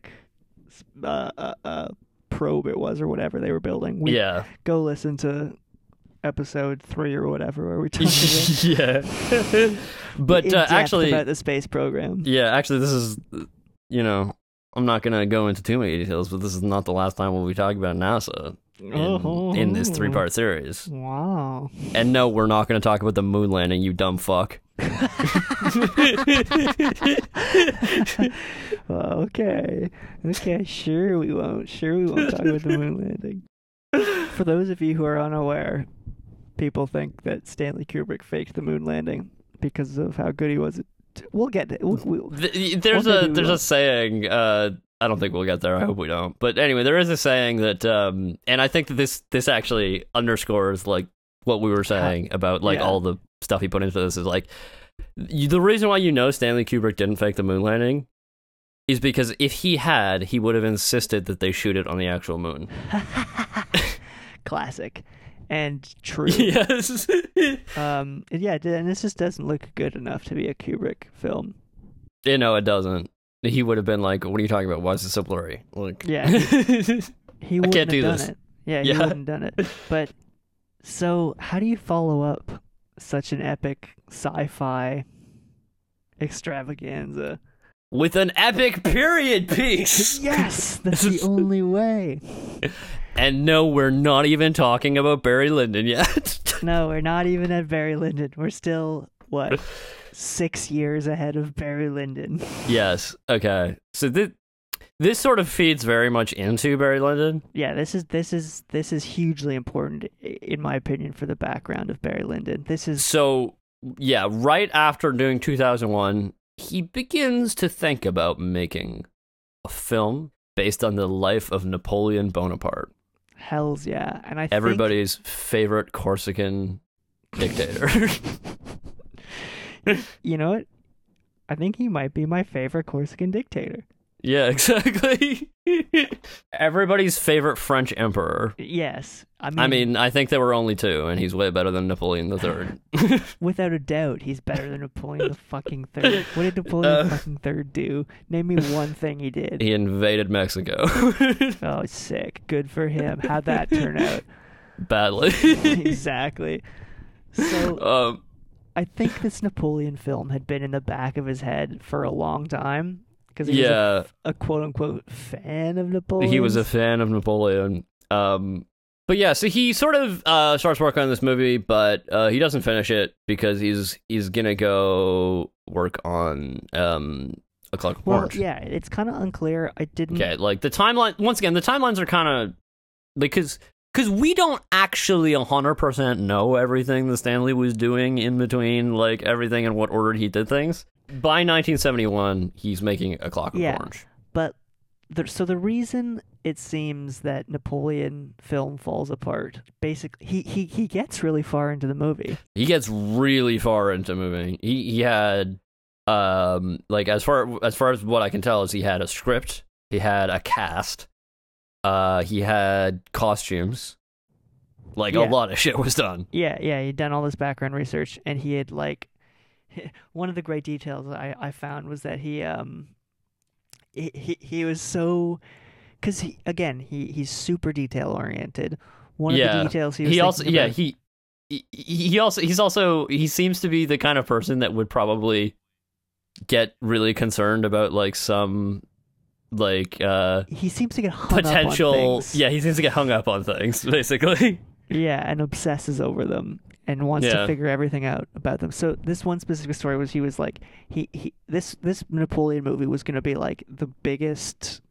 uh, uh, uh probe it was or whatever they were building we <laughs> yeah, go listen to episode three or whatever <laughs> where we talk about yeah. but in uh, depth actually, about the space program. Yeah, actually, this is, you know, I'm not gonna go into too many details, but this is not the last time we'll be talking about NASA in, in this three part <laughs> series. Wow. And no, we're not gonna talk about the moon landing, you dumb fuck. okay. Okay. Sure, we won't. Sure, we won't talk about <laughs> the moon landing. For those of you who are unaware, people think that Stanley Kubrick faked the moon landing because of how good he was. At we'll get it. We'll, we'll, <laughs> Th- There's Well, maybe a we there's will. a saying. Uh, I don't think we'll get there. I hope we don't. But anyway, there is a saying that, um, and I think that this this actually underscores like what we were saying about like yeah. all the stuff he put into this is like you, the reason why you know Stanley Kubrick didn't fake the moon landing is because if he had, he would have insisted that they shoot it on the actual <laughs> moon. classic and <laughs> true. yes. Eh, Um, and yeah, and this just doesn't look good enough to be a Kubrick film. you know it doesn't. He would have been like, "What are you talking about? Why is it so blurry?" Like, Yeah. He wouldn't can't have do done this. it. Yeah, he Yeah. wouldn't have done <laughs> it. But so, how do you follow up such an epic sci-fi extravaganza? <laughs> with an epic period <laughs> piece. <laughs> Yes, that's the only way. And no, we're not even talking about Barry Lyndon yet. <laughs> No, we're not even at Barry Lyndon. We're still what six years ahead of Barry Lyndon. <laughs> yes. Okay. So this this sort of feeds very much into Barry Lyndon. Yeah, this is this is this is hugely important, i- in my opinion, for the background of Barry Lyndon. This is So yeah, right after doing 2001, he begins to think about making a film based on the life of Napoleon Bonaparte, hell's yeah, and I think- everybody's favorite Corsican dictator. <laughs> you know what? I think he might be my favorite Corsican dictator. yeah, <laughs> exactly. <laughs> everybody's favorite French emperor. Yes, I mean, I mean, I think there were only two, and he's way better than Napoleon the <sighs> Third. without a doubt, he's better than Napoleon <laughs> the fucking third. What did Napoleon the fucking third do? Name me one thing he did. Uh, He invaded Mexico <laughs> Oh, sick. Good for him. How'd that <laughs> turn out? badly. <laughs> exactly. So um, I think this Napoleon film had been in the back of his head for a long time because he was yeah, a, a quote unquote fan of Napoleon. he was a fan of Napoleon. Um, but yeah, so he sort of uh, starts working on this movie, but uh, he doesn't finish it because he's he's gonna go work on um, a clock well, orange. yeah. It's kind of unclear. I didn't. Okay, like the timeline. Once again, the timelines are kind of because because we don't actually hundred percent know everything that Stanley was doing in between, like everything and what order he did things. By 1971, he's making a Clockwork Yeah. Orange. But the, so the reason it seems that Napoleon film falls apart, basically, he, he, he gets really far into the movie. He gets really far into moving. He he had um like as far as far as what I can tell is he had a script, he had a cast, uh he had costumes. Like a Yeah. lot of shit was done. Yeah, yeah, he'd done all this background research, and he had like <laughs> one of the great details I, I found was that he um he he, he was so because he again he he's super detail oriented. One Yeah. of the details he was he also thinking yeah about- he, he he also he's also he seems to be the kind of person that would probably get really concerned about like some like uh he seems to get hung up on potential things. yeah he seems to get hung up on things <laughs> basically Yeah, and obsesses over them and wants to Yeah. figure everything out about them. So this one specific story was he was like he, he this this Napoleon movie was going to be like the biggest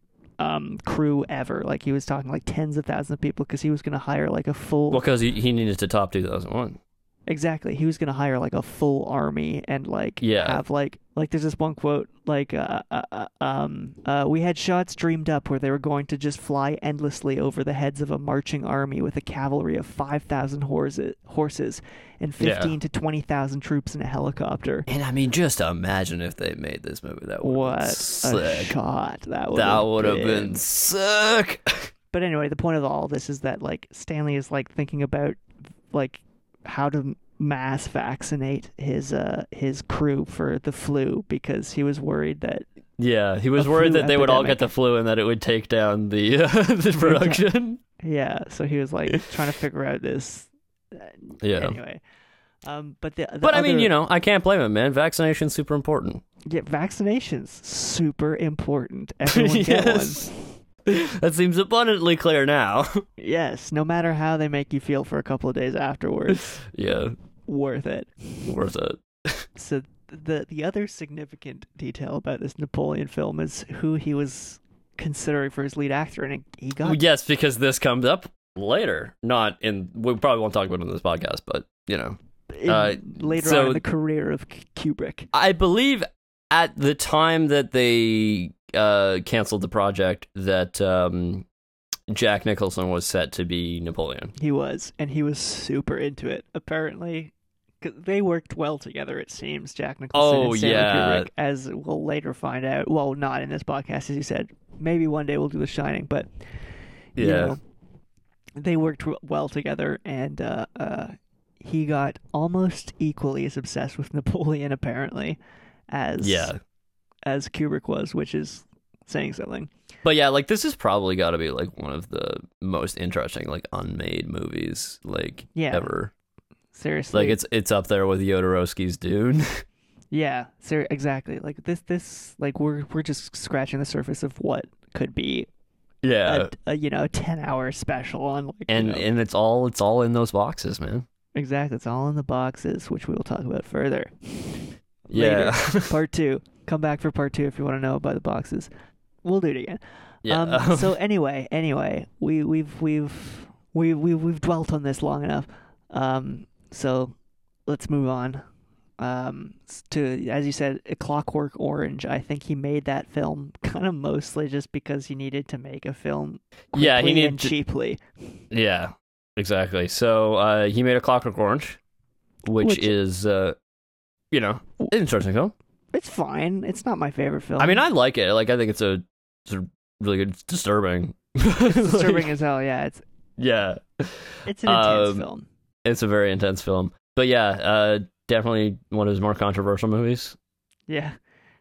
um, crew ever. Like he was talking like tens of thousands of people because he was going to hire like a full Well, because he, he needed to top 2001. Exactly. He was going to hire like a full army and like Yeah. have like like there's this one quote like uh, uh, uh, um uh we had shots dreamed up where they were going to just fly endlessly over the heads of a marching army with a cavalry of 5,000 horses horses and Yeah. 15 to 20,000 troops in a helicopter. And I mean, just imagine if they made this movie. That would What Been a sick. shot Oh, that would That would have been <laughs> sick. but anyway, the point of all this is that like Stanley is like thinking about like how to mass vaccinate his uh his crew for the flu because he was worried that Yeah, he was A worried flu that they would all epidemic. get the flu and that it would take down the <laughs> uh, the production. yeah so he <laughs> was like trying to figure out this Yeah. anyway um but the, the But I mean, other- you know, I can't blame him, man. Vaccination's super <laughs> important. yeah, vaccinations <laughs> super important everyone get Yes. one <laughs> That seems abundantly clear now. <laughs> yes no matter how they make you feel for a couple of days afterwards yeah, worth it worth it. so the the other significant detail about this Napoleon film is who he was considering for his lead actor, and he got Yes, because this comes up later. Not in. We probably won't talk about it in this podcast, but you know, in- uh, later so- on in the career of K- Kubrick. I believe at the time that they uh, canceled the project, that um, Jack Nicholson was set to be Napoleon. He was, and he was super into it. Apparently, 'cause they worked well together. It seems Jack Nicholson Oh, and Stanley yeah. Kubrick, as we'll later find out. Well, not in this podcast, as you said. Maybe one day we'll do The Shining, but you know, they worked w- well together, and uh, uh, he got almost equally as obsessed with <laughs> Napoleon, apparently, as yeah. as Kubrick was, which is saying something. But yeah, like this has probably got to be like one of the most interesting like unmade movies like Yeah, ever. seriously, Like it's it's up there with Yoderowski's Dune. <laughs> yeah, ser- exactly. Like this, this, like we're we're just scratching the surface of what could be yeah. a, a you know ten hour special on like you Uh, and know- and it's all it's all in those boxes, man. exactly it's all in the boxes, which we will talk about further. Yeah. <laughs> part two. Come back for part two if you want to know about the boxes. We'll do it again. <laughs> yeah. <laughs> Um, so anyway, anyway, we we've we've we we we've dwelt on this long enough. Um, so let's move on. Um, s- to as you said, A Clockwork Orange. I think he made that film kind of mostly just because he needed to make a film. Yeah, he quickly needed and to- cheaply. yeah. Exactly. So uh he made a Clockwork Orange, which, Which- is uh you know, interesting film. It's fine. It's not my favorite film. I mean, I like it. Like I think it's a, it's a really good it's disturbing. <laughs> it's disturbing Like, as hell. Yeah, it's <laughs> yeah. it's an intense Um, film. It's a very intense film. But yeah, uh definitely one of his more controversial movies. Yeah.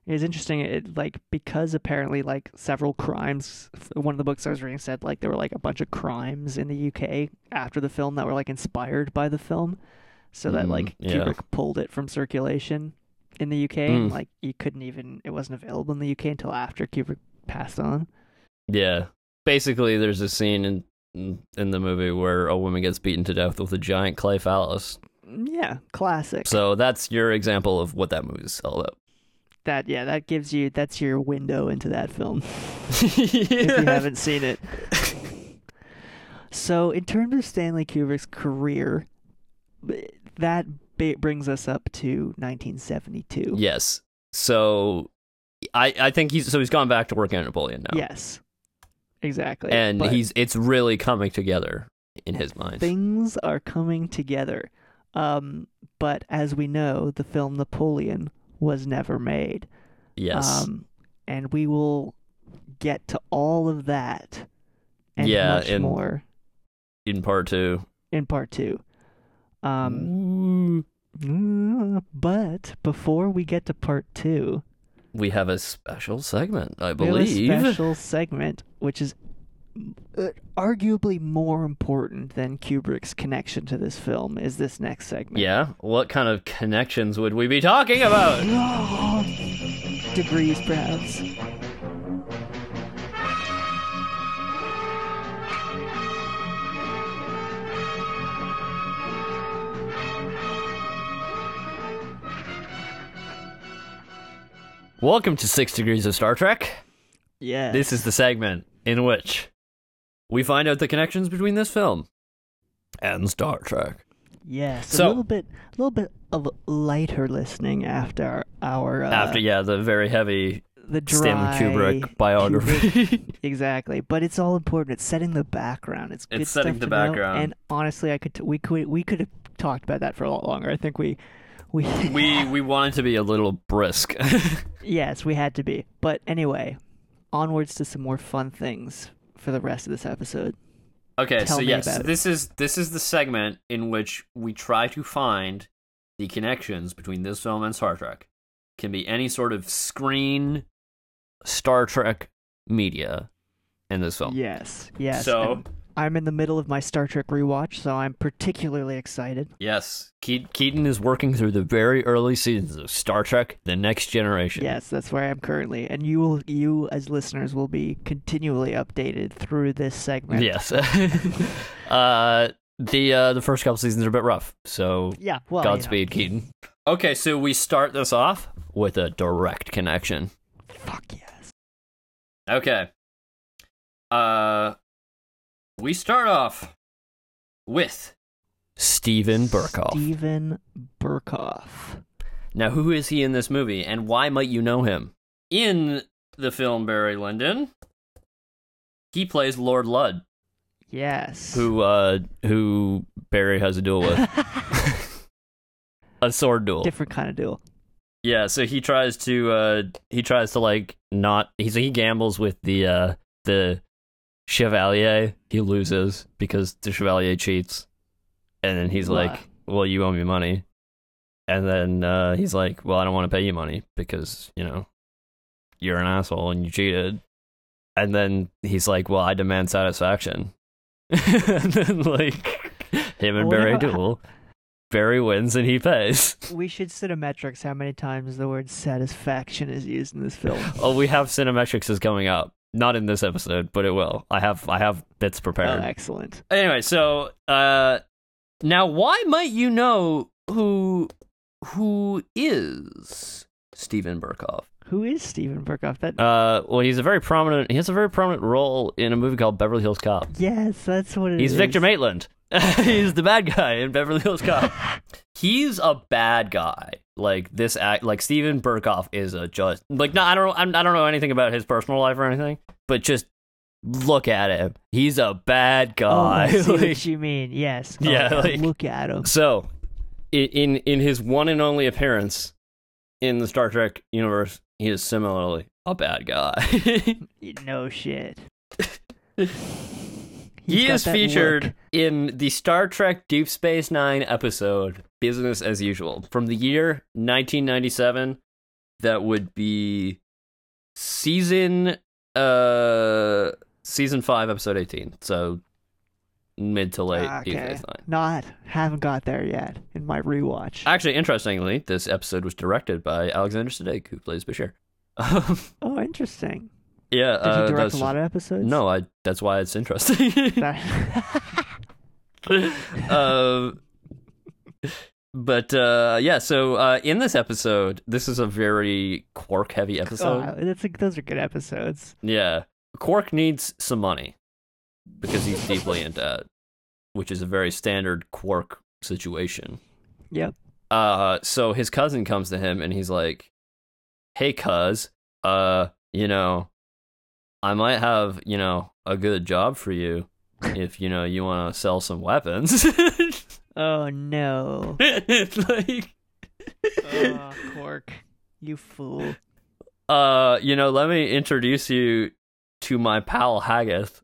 It's interesting, it, like because apparently, like several crimes. One of the books I was reading said like there were like a bunch of crimes in the UK after the film that were like inspired by the film, so that Mm, like yeah. Kubrick pulled it from circulation in the UK, Mm. and like you couldn't even it wasn't available in the UK until after Kubrick passed on. Yeah. Basically, there's a scene in in the movie where a woman gets beaten to death with a giant clay phallus. Yeah, classic. So that's your example of what that movie's all about. <laughs> that yeah, that gives you that's your window into that film. <laughs> if you yeah. haven't seen it. so, in terms of Stanley Kubrick's career, b- that ba- brings us up to 1972. Yes. So I I think he's so he's gone back to working on Napoleon now. Yes, exactly. And But he's it's really coming together in his mind. things are coming together. Um, but as we know, the film Napoleon was never made. yes. Um, and we will get to all of that and Yeah, much and- more in part 2. in part two. Um, Um Mm, But before we get to part two, we have a special segment, I we have a believe. special segment which is uh, arguably more important than Kubrick's connection to this film is this next segment. yeah. What kind of connections would we be talking about? <gasps> Degrees, perhaps. Welcome to Six Degrees of Star Trek. Yeah. This is the segment in which we find out the connections between this film and Star Trek. Yes. So- a little bit, a little bit of lighter listening after our uh, After, yeah, the very heavy the dry Stanley Kubrick biography. Kubrick- exactly, but it's all important. It's setting the background. It's good It's setting stuff the to know, background. And honestly, I could t- we could we could have talked about that for a lot longer. I think we we <laughs> <laughs> we we wanted to be a little brisk. <laughs> yes we had to be. But anyway, onwards to some more fun things for the rest of this episode. okay, Tell so me yes, about it. this is this is the segment in which we try to find the connections between this film and Star Trek. Can be any sort of screen Star Trek media in this film. Yes, yes. Oh. So- and I'm in the middle of my Star Trek rewatch, so I'm particularly excited. Yes, Ke- Keaton is working through the very early seasons of Star Trek: The Next Generation. Yes, that's where I am currently, and you will, you as listeners will be continually updated through this segment. Yes. <laughs> uh, the uh, the first couple seasons are a bit rough, so Yeah. Well, you know, Godspeed, Keaton. Okay, so we start this off with a direct connection. fuck yes. Okay. Uh, we start off with Steven Burkoff. Steven Burkoff. Now, who is he in this movie, and why might you know him? In the film Barry Lyndon, he plays Lord Ludd, Yes. <laughs> who uh, who Barry has a duel with, a sword duel. Different kind of duel. Yeah, so he tries to uh he tries to like not he's he gambles with the uh the chevalier. He loses because the chevalier cheats. And then he's Wha- like, "Well, you owe me money." And then uh he's like, "Well, I don't want to pay you money because, you know, you're an asshole and you cheated." And then he's like, "Well, I demand satisfaction." <laughs> and then like him and Well, Barry how- duel. Barry wins and he pays. <laughs> We should cinemetrics how many times the word satisfaction is used in <laughs> this film. Oh, we have Cinemetrics is coming up. Not in this episode, but it will. I have I have bits Oh, prepared. excellent. Anyway, so uh now why might you know who who is Steven Burkoff? Who is Steven Burkoff? That. Uh well he's a very prominent he has a very prominent role in a movie called Beverly Hills Cop. yes, that's what it is. He's Victor Maitland. <laughs> he's the bad guy in Beverly Hills <laughs> Cop. he's a bad guy. Like this act, like Steven Burkoff is a judge. Like no, I don't, I'm, I don't know anything about his personal life or anything. But just look at him. He's a bad Oh, guy. <laughs> I see Like, what you mean. Yes. Oh, <laughs> Yeah, God, like- look at him. so, i- in in his one and only appearance in the Star Trek universe, he is similarly a bad guy. <laughs> No shit. He He's got is that featured look. in the Star Trek Deep Space Nine episode Business as Usual from the year 1997. That would be season uh season 5 episode 18. So mid to late Deep Ah, Okay. Space 9. Not haven't got there yet in my rewatch. Actually, interestingly, this episode was directed by Alexander Sudeik, who plays Bashir. <laughs> oh, interesting. yeah, Did uh, you direct that's a lot of episodes? No, I that's why it's interesting. <laughs> That- <laughs> uh, but uh, yeah, so uh, in this episode, this is a very Quark heavy episode. oh, that's a, those are good episodes. Yeah. Quark needs some money because he's deeply in debt, which is a very standard Quark situation. Yep. Uh, so his cousin comes to him and he's like, "Hey, cuz, uh, you know, I might have you know a good job for you if you know you want to sell some weapons." <laughs> Oh no, like, oh, Cork, <laughs> you fool! <laughs> uh, you know, let me introduce you to my pal Haggith,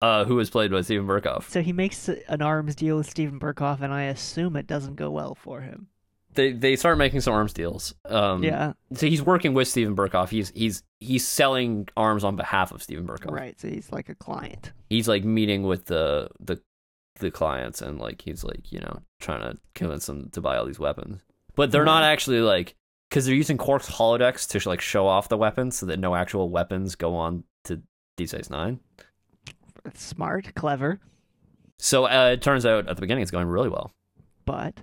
uh, who was played by Steven Burkoff. So he makes an arms deal with Steven Burkoff, and I assume it doesn't go well for him. They they start making some arms deals. Um, yeah, So he's working with Steven Burkoff. He's he's he's selling arms on behalf of Steven Burkoff. right. So he's like a client. He's like meeting with the the the clients and like he's like you know trying to convince them to buy all these weapons, but they're Mm-hmm. not actually like because they're using Quark's holodecks to like show off the weapons so that no actual weapons go on to D6 nine. Smart, clever, So uh, it turns out at the beginning it's going really well. but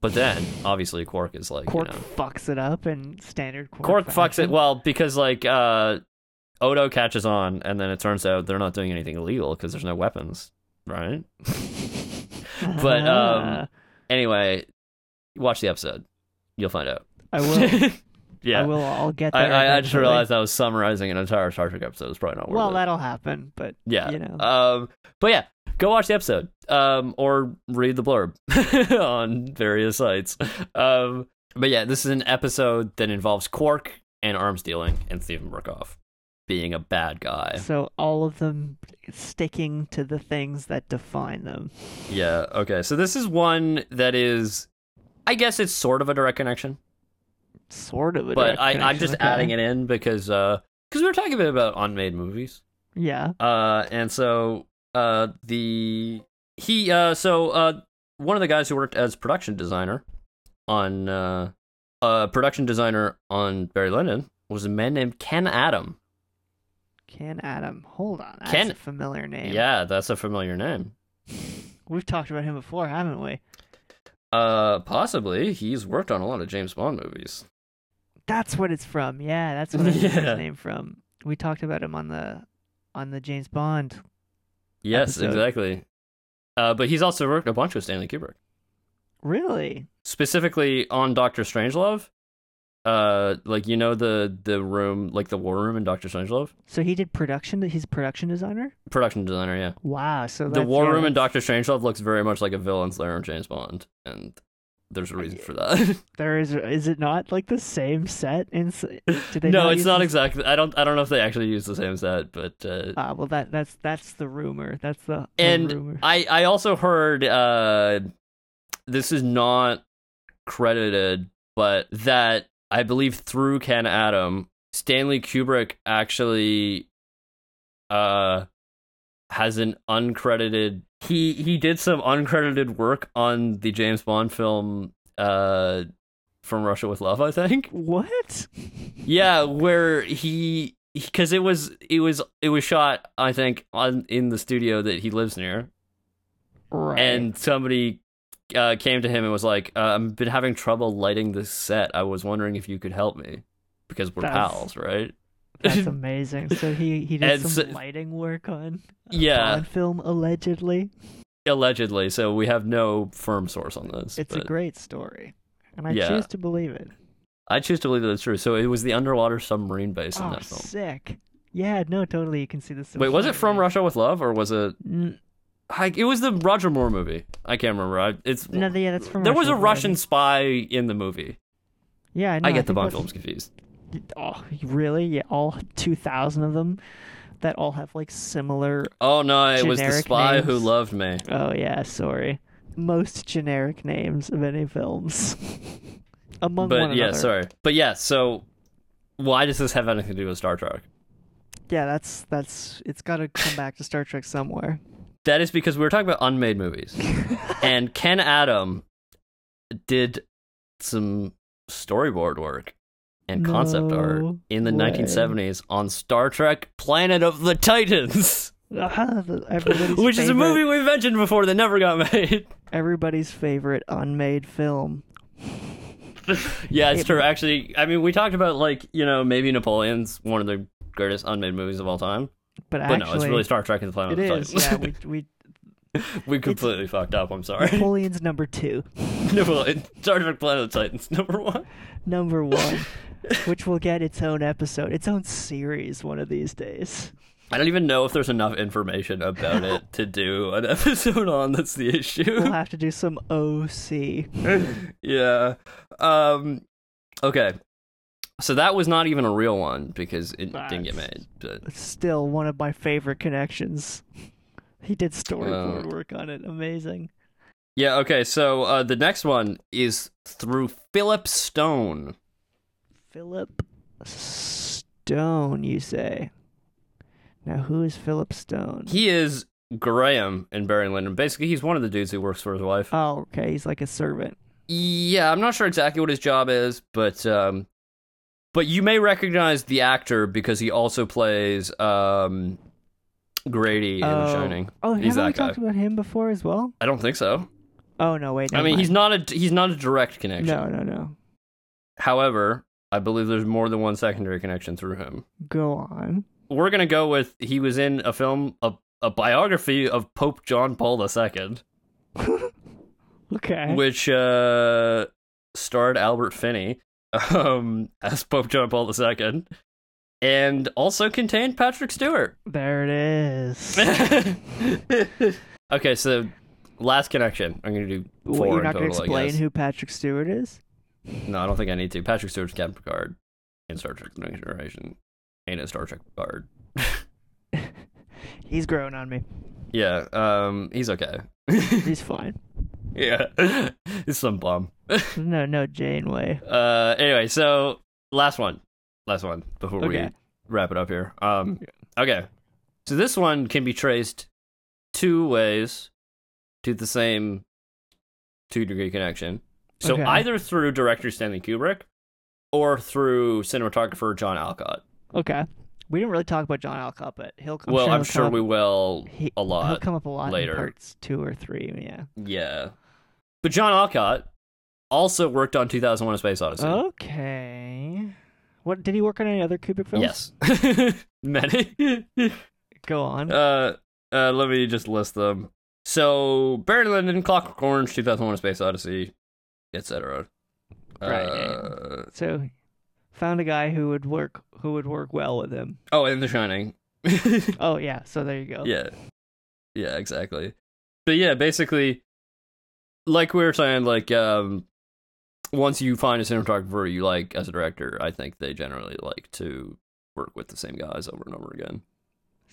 But then, obviously, Quark is like, Quark you know, fucks it up and standard Quark. Quark fucks it fashion. well because like uh, Odo catches on, and then it turns out they're not doing anything illegal because there's no weapons, <laughs> right? but, um, anyway, watch the episode, you'll find out. <laughs> I will. yeah, I will. I'll get I, there. I, I just eventually. realized I was summarizing an entire Star Trek episode. It's probably not worth Well, it. that'll happen, but yeah, you know. Um, but yeah, go watch the episode, um, or read the blurb <laughs> on various sites. Um, but yeah, this is an episode that involves Quark and arms dealing and Stephen Burkoff being a bad guy. so all of them sticking to the things that define them. Yeah. Okay. So this is one that is, I guess it's sort of a direct connection, Sort of. A but direct I, I'm connection, just okay. adding it in because because we were talking a bit about unmade movies. Yeah. Uh, and so uh, the he uh, so uh, one of the guys who worked as production designer on uh, uh, production designer on Barry Lyndon was a man named Ken Adam. Ken Adam. Hold on. That's Ken- a familiar name. Yeah, that's a familiar name. We've talked about him before, haven't we? Uh, possibly he's worked on a lot of James Bond movies. That's what it's from. Yeah, <laughs> that's what I yeah. Yeah. his name from. We talked about him on the on the James Bond. Yes, Episode. exactly. Uh, but he's also worked a bunch with Stanley Kubrick, Really? specifically on Doctor Strangelove. Uh, like you know the the room, like the war room in Doctor Strangelove, So he did production. He's a production designer. production designer. Yeah. Wow. So the that's- war yeah, room in that's- Doctor Strangelove looks very much like a villain's lair in James Bond, and there's a reason for that. <laughs> There is. Is it not like the same set? In s- did <laughs> they no, it's use not the- exactly. I don't. I don't know if they actually use the same set, but uh, Ah, well, that that's that's the rumor. That's the, the And rumor. I. I also heard uh, this is not credited, but that I believe through Ken Adam, Stanley Kubrick actually uh has an uncredited he he did some uncredited work on the James Bond film uh from Russia with Love I think what? yeah where he because it was it was it was shot I think on in the studio that he lives near Right. and somebody uh, came to him and was like, uh, "I've been having trouble lighting this set. I was wondering if you could help me because we're That's- pals, right?" <laughs> that's amazing. So he he did And some so- lighting work on a Yeah. Bond film allegedly. Allegedly, so we have no firm source on this. It's a but great story, and I Yeah. choose to believe it. I choose to believe that it's true. So it was the underwater submarine base in Oh, that film. sick. Yeah, no, totally. You can see this. Wait, was it from Russia with Love or was it? I, it was the Roger Moore movie. I can't remember. I, it's No, the- yeah, that's from. there was Russia a with Russian Love. spy in the movie. Yeah, know, I get the think Bond that's- films confused. Oh, really? Yeah, all two thousand of them that all have like similar. Oh no, it was the Generic spy who names. loved me. Oh yeah, sorry. Most generic names of any films <laughs> among but one yeah, another. sorry. But yeah, so why does this have anything to do with Star Trek? Yeah, that's that's it's got to come back to Star Trek somewhere. That is because we were talking about unmade <laughs> movies, and Ken Adam did some storyboard work and concept art No in the way. 1970s on Star Trek: Planet of the Titans, <laughs> Ah, the- <laughs> everybody's which is a favorite- movie we mentioned before that never got <laughs> made. Everybody's favorite unmade film. yeah, it's It- true. Actually, I mean, we talked about like you know maybe Napoleon's one of the greatest unmade movies of all time, but But, actually, no, it's really Star Trek and the Planet it of the is. Titans. <laughs> Yeah, we we We completely fucked up. I'm sorry. <laughs> Napoleon's number two, no, Star Trek Planet of the Titans number one. number one, <laughs> which will get its own episode, its own series one of these days. I don't even know if there's enough information about it to do an <laughs> episode on. That's the We'll issue. have to do some OC. yeah. Um. Okay. So that was not even a real one because it didn't get That's- made. But Still one of my favorite connections. He did storyboard Uh, work on it. Amazing. yeah. Okay. So uh, the next one is through Philip Stone. Philip Stone, you say? Now, who is Philip Stone? He is Graham in Barry Lyndon. Basically, he's one of the dudes who works for his wife. Oh, okay. He's like a servant. Yeah, I'm not sure exactly what his job is, but um, but you may recognize the actor because he also plays um, Grady in oh. The Shining. Oh, He's haven't we that guy. talked about him before as well? I don't think so. Oh no, wait. I never mean, he's mind. not a he's not a direct connection. No, no, no. However, I believe there's more than one secondary connection through him. Go on. We're gonna go with he was in a film a a biography of Pope John Paul II, Okay. which uh, starred Albert Finney <laughs> um, as Pope John Paul II, and also contained Patrick Stewart. <laughs> there it is. okay, so last connection. I'm gonna do four what, you're in not total. going to I explain guess. who Patrick Stewart is? No, I don't think I need to. Patrick Stewart's Captain Picard in Star Trek: The Next Generation, ain't a Star Trek Picard. He's growing on me. Yeah, um, he's okay. <laughs> He's fine. yeah, <laughs> he's some bum. No, no, Janeway. Uh, anyway, so last one, last one before we Okay. wrap it up here. Um, okay, so this one can be traced two ways to the same two degree connection. So Okay. either through director Stanley Kubrick or through cinematographer John Alcott. Okay. We didn't really talk about John Alcott, but he'll come. well, sure I'm he'll sure come we up- will he- a He'll lot. come up a lot later. in parts two or three. Yeah. Yeah, but John Alcott also worked on 2001: A Space Odyssey. Okay. What did he work on any other Kubrick films? Yes, Oh. <laughs> many. Go on. uh, uh, let me just list them. So, Barry Lyndon, Clockwork Orange, 2001: A Space Odyssey, etc. Right. Uh, so, found a guy who would work who would work well with him. oh, and The Shining. <laughs> Oh yeah. So there you go. yeah, yeah, exactly. But yeah, basically, like we were saying, like um, once you find a cinematographer you like as a director, I think they generally like to work with the same guys over and over again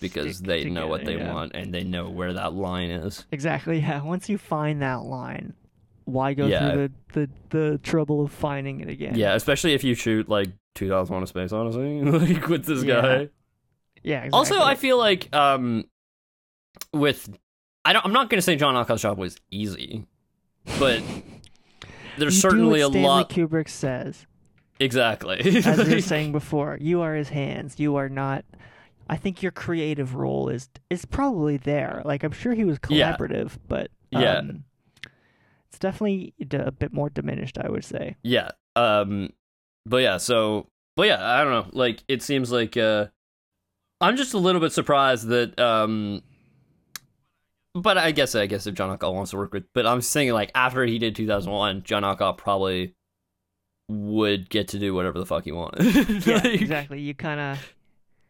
because Stick they know what they together, yeah. want and they know where that line is. Exactly. Yeah. Once you find that line, why go Yeah. through the, the the trouble of finding it again? Yeah, especially if you shoot like 2001: A Space Odyssey, <laughs> like with this Yeah, guy. Yeah. Exactly. Also, I feel like um, with I don't, I'm not going to say John Alcott's job was easy, but there's You do certainly a what Stanley lot. Kubrick says. <laughs> Exactly. <laughs> as we were saying before, you are his hands. You are not. I think your creative role is is probably there. Like I'm sure he was Yeah. collaborative, but Yeah. um, it's definitely d- a bit more diminished. I would say. <laughs> yeah. Um. But yeah. So. But yeah. I don't know. Like it seems like uh, I'm just a little bit surprised that um. But I guess I guess if John Alcott wants to work with, but I'm saying like after he did 2001, John Alcott probably would get to do whatever the fuck he wanted. <laughs> Yeah, Like, exactly. You kind of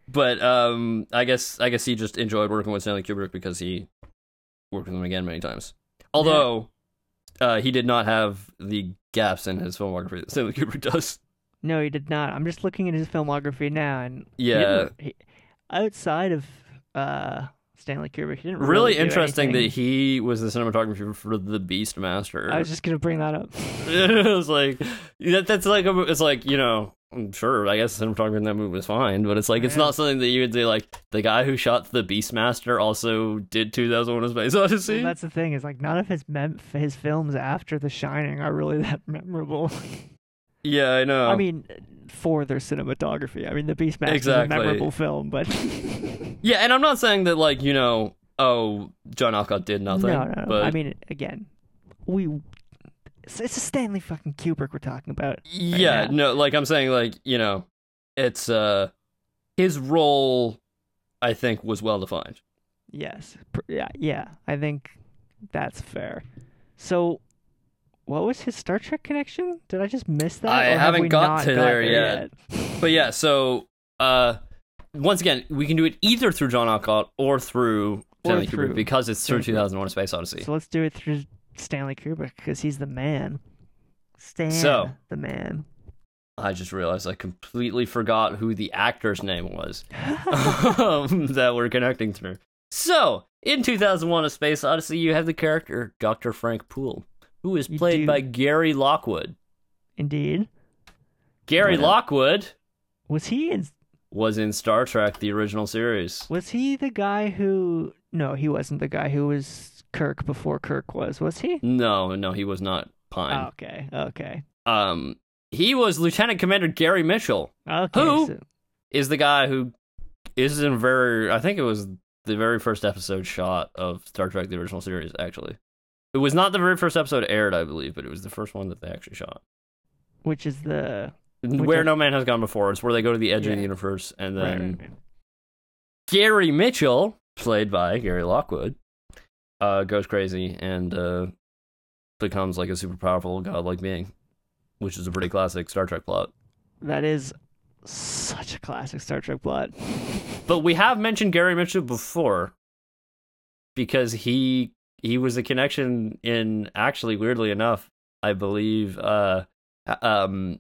but um, I guess I guess he just enjoyed working with Stanley Kubrick because he worked with him again many times. Although uh, he did not have the gaps in his filmography that Stanley Kubrick does. no, he did not. I'm just looking at his filmography now, and he Yeah, didn't- he- outside of uh, Stanley Kubrick, he didn't really, do interesting anything. that he was the cinematographer for The Beastmaster. <laughs> I was just gonna bring that up. I was like, that, that's like a, it's like you know. I'm sure. I guess the cinematographer in that movie was fine, but it's like it's Yeah. not something that you would say. Like the guy who shot the Beastmaster also did 2001: A Space Odyssey. Well, that's the thing is like none of his mem- his films after The Shining are really that <laughs> memorable. yeah, I know. I mean, for their cinematography. I mean, The Beastmaster Exactly. is a memorable <laughs> film, but Yeah, and I'm not saying that like you know, oh, John Alcott did nothing. no, no, no. But I mean, again, we it's, it's a Stanley fucking Kubrick we're talking about. yeah, now. no, like I'm saying, like you know, it's uh, his role, I think, was well defined. Yes, Pr- yeah, yeah. I think that's fair. So, what was his Star Trek connection? Did I just miss that? I Or have haven't we got not to got there yet. But yeah, so uh, once again, we can do it either through John Alcott or through Or Stanley Kubrick through- because it's through through- 2001: A Space Odyssey. So let's do it through Stanley Kubrick because he's the man. Stan, So- the man. I just realized I completely forgot who the actor's name <laughs> was <laughs> um, that we're connecting through. So, in 2001 A Space Odyssey, you have the character Dr. Frank Poole, who is You played do. by Gary Lockwood. Indeed. Gary Wow. Lockwood Was he in was in Star Trek, the original series. Was he the guy who? No, he wasn't the guy who was Kirk before Kirk was. Was he? Ah, No, no, he was not Pine. Okay, okay, Um, he was Lieutenant Commander Gary Mitchell, okay. Who? so- is the guy who is in very, I think it was the very first episode shot of Star Trek, the original series, actually. It was not the very first episode aired, I believe, but it was the first one that they actually shot. which is the where I- no man has gone before. It's where they go to the edge Yeah. of the universe, and right, then right, right. Gary Mitchell, played by Gary Lockwood, uh, goes crazy and uh, becomes like a super powerful godlike being, which is a pretty classic Star Trek plot. that is such a classic Star Trek plot. <laughs> But we have mentioned Gary Mitchell before because he he was a connection in actually weirdly enough, I believe uh um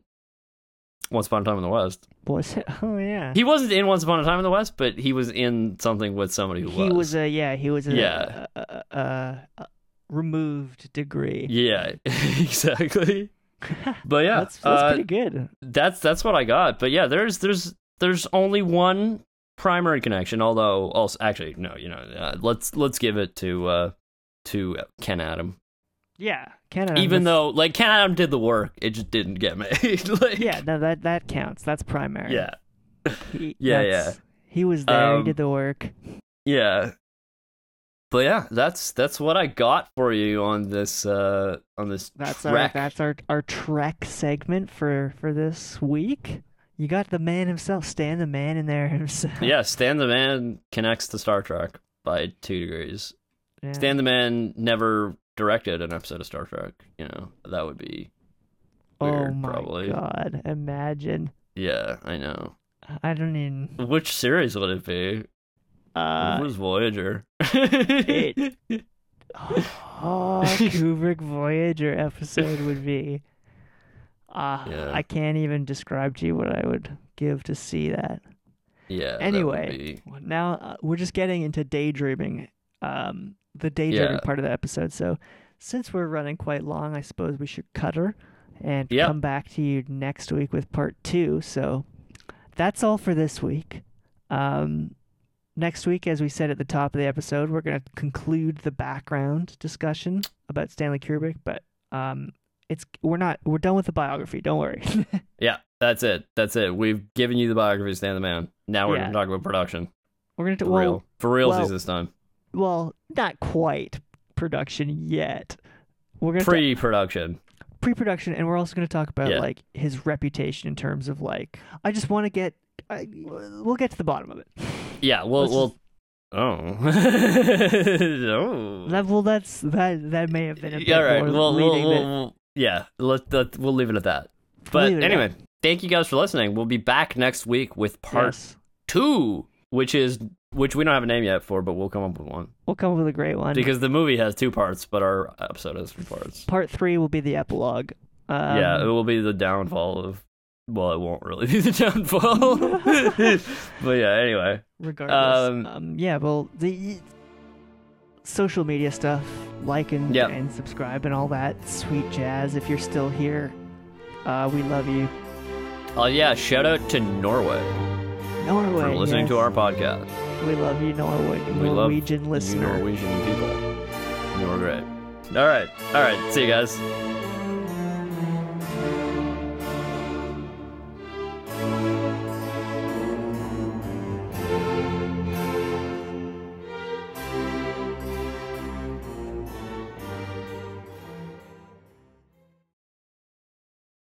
Once Upon a Time in the West. Was it? Oh yeah. He wasn't in Once Upon a Time in the West, but he was in something with somebody who He was a yeah. He was a, Yeah. a, a, a- a removed degree. Yeah, <laughs> <laughs> exactly. But yeah, that's that's uh, pretty good. that's that's what I got. But yeah, there's there's there's only one primary connection. Although also actually no, you know, uh, let's let's give it to uh to Ken Adam. Yeah, Canada. Even that's- though like Ken Adam did the work, it just didn't get made. <laughs> like, <laughs> yeah, no, that that counts. That's primary. yeah, He, Yeah, that's- He was there. he Um, did the work. yeah. But yeah, that's that's what I got for you on this uh on this That's track. our that's our our Trek segment for for this week. You got the man himself, Stan the man in there himself. <laughs> yeah, Stan the Man connects to Star Trek by two degrees. Yeah. Stan the Man never directed an episode of Star Trek. You know that would be oh weird, my probably. god! Imagine. yeah. I know. I don't even. Which series would it be? Uh, it was Voyager. <laughs> it- oh, Kubrick Voyager episode would be. Uh, Yeah. I can't even describe to you what I would give to see that. yeah. that would anyway, be- now uh, we're just getting into daydreaming, um, the daydreaming Yeah. part of the episode. So, since we're running quite long, I suppose we should cut her and Yeah. come back to you next week with part two. So, that's all for this week. Um, next week, as we said at the top of the episode, we're going to conclude the background discussion about Stanley Kubrick, but um, it's we're not we're done with the biography. Don't worry. <laughs> yeah. That's it. That's it. We've given you the biography of Stan the Man. Now we're Yeah. gonna talk about production. we're going to For well, real. For realsies well, this time. well, not quite production yet. We're gonna Pre production. pre production, and we're also gonna talk about Yeah. like his reputation in terms of like. I just want to get. I, we'll get to the bottom of it. Yeah, we'll Let's we'll Oh. <laughs> oh. That well, that's that. That may have been a bit All right. more Well, we'll, leading we'll, than- we'll- yeah. Let, let we'll leave it at that. But Leave it at anyway, thank you guys for listening. We'll be back next week with part Yes. two, which is which we don't have a name yet for, but we'll come up with one We'll come up with a great <laughs> one. because the movie has two parts, but our episode has three parts. part three will be the epilogue. Um, yeah, it will be the downfall of. Well, it won't really <laughs> be the <laughs> downfall. but yeah. Anyway. regardless. Um, Um, yeah, well, the social media stuff, like and, Yep. and subscribe and all that sweet jazz. If you're still here, uh, we love you. Oh yeah. Shout out to Norway Norway. for listening yes. to our podcast. We love you, Norway. We love Norwegian you listener. Norwegian people. You are great. All right. All right. See you guys.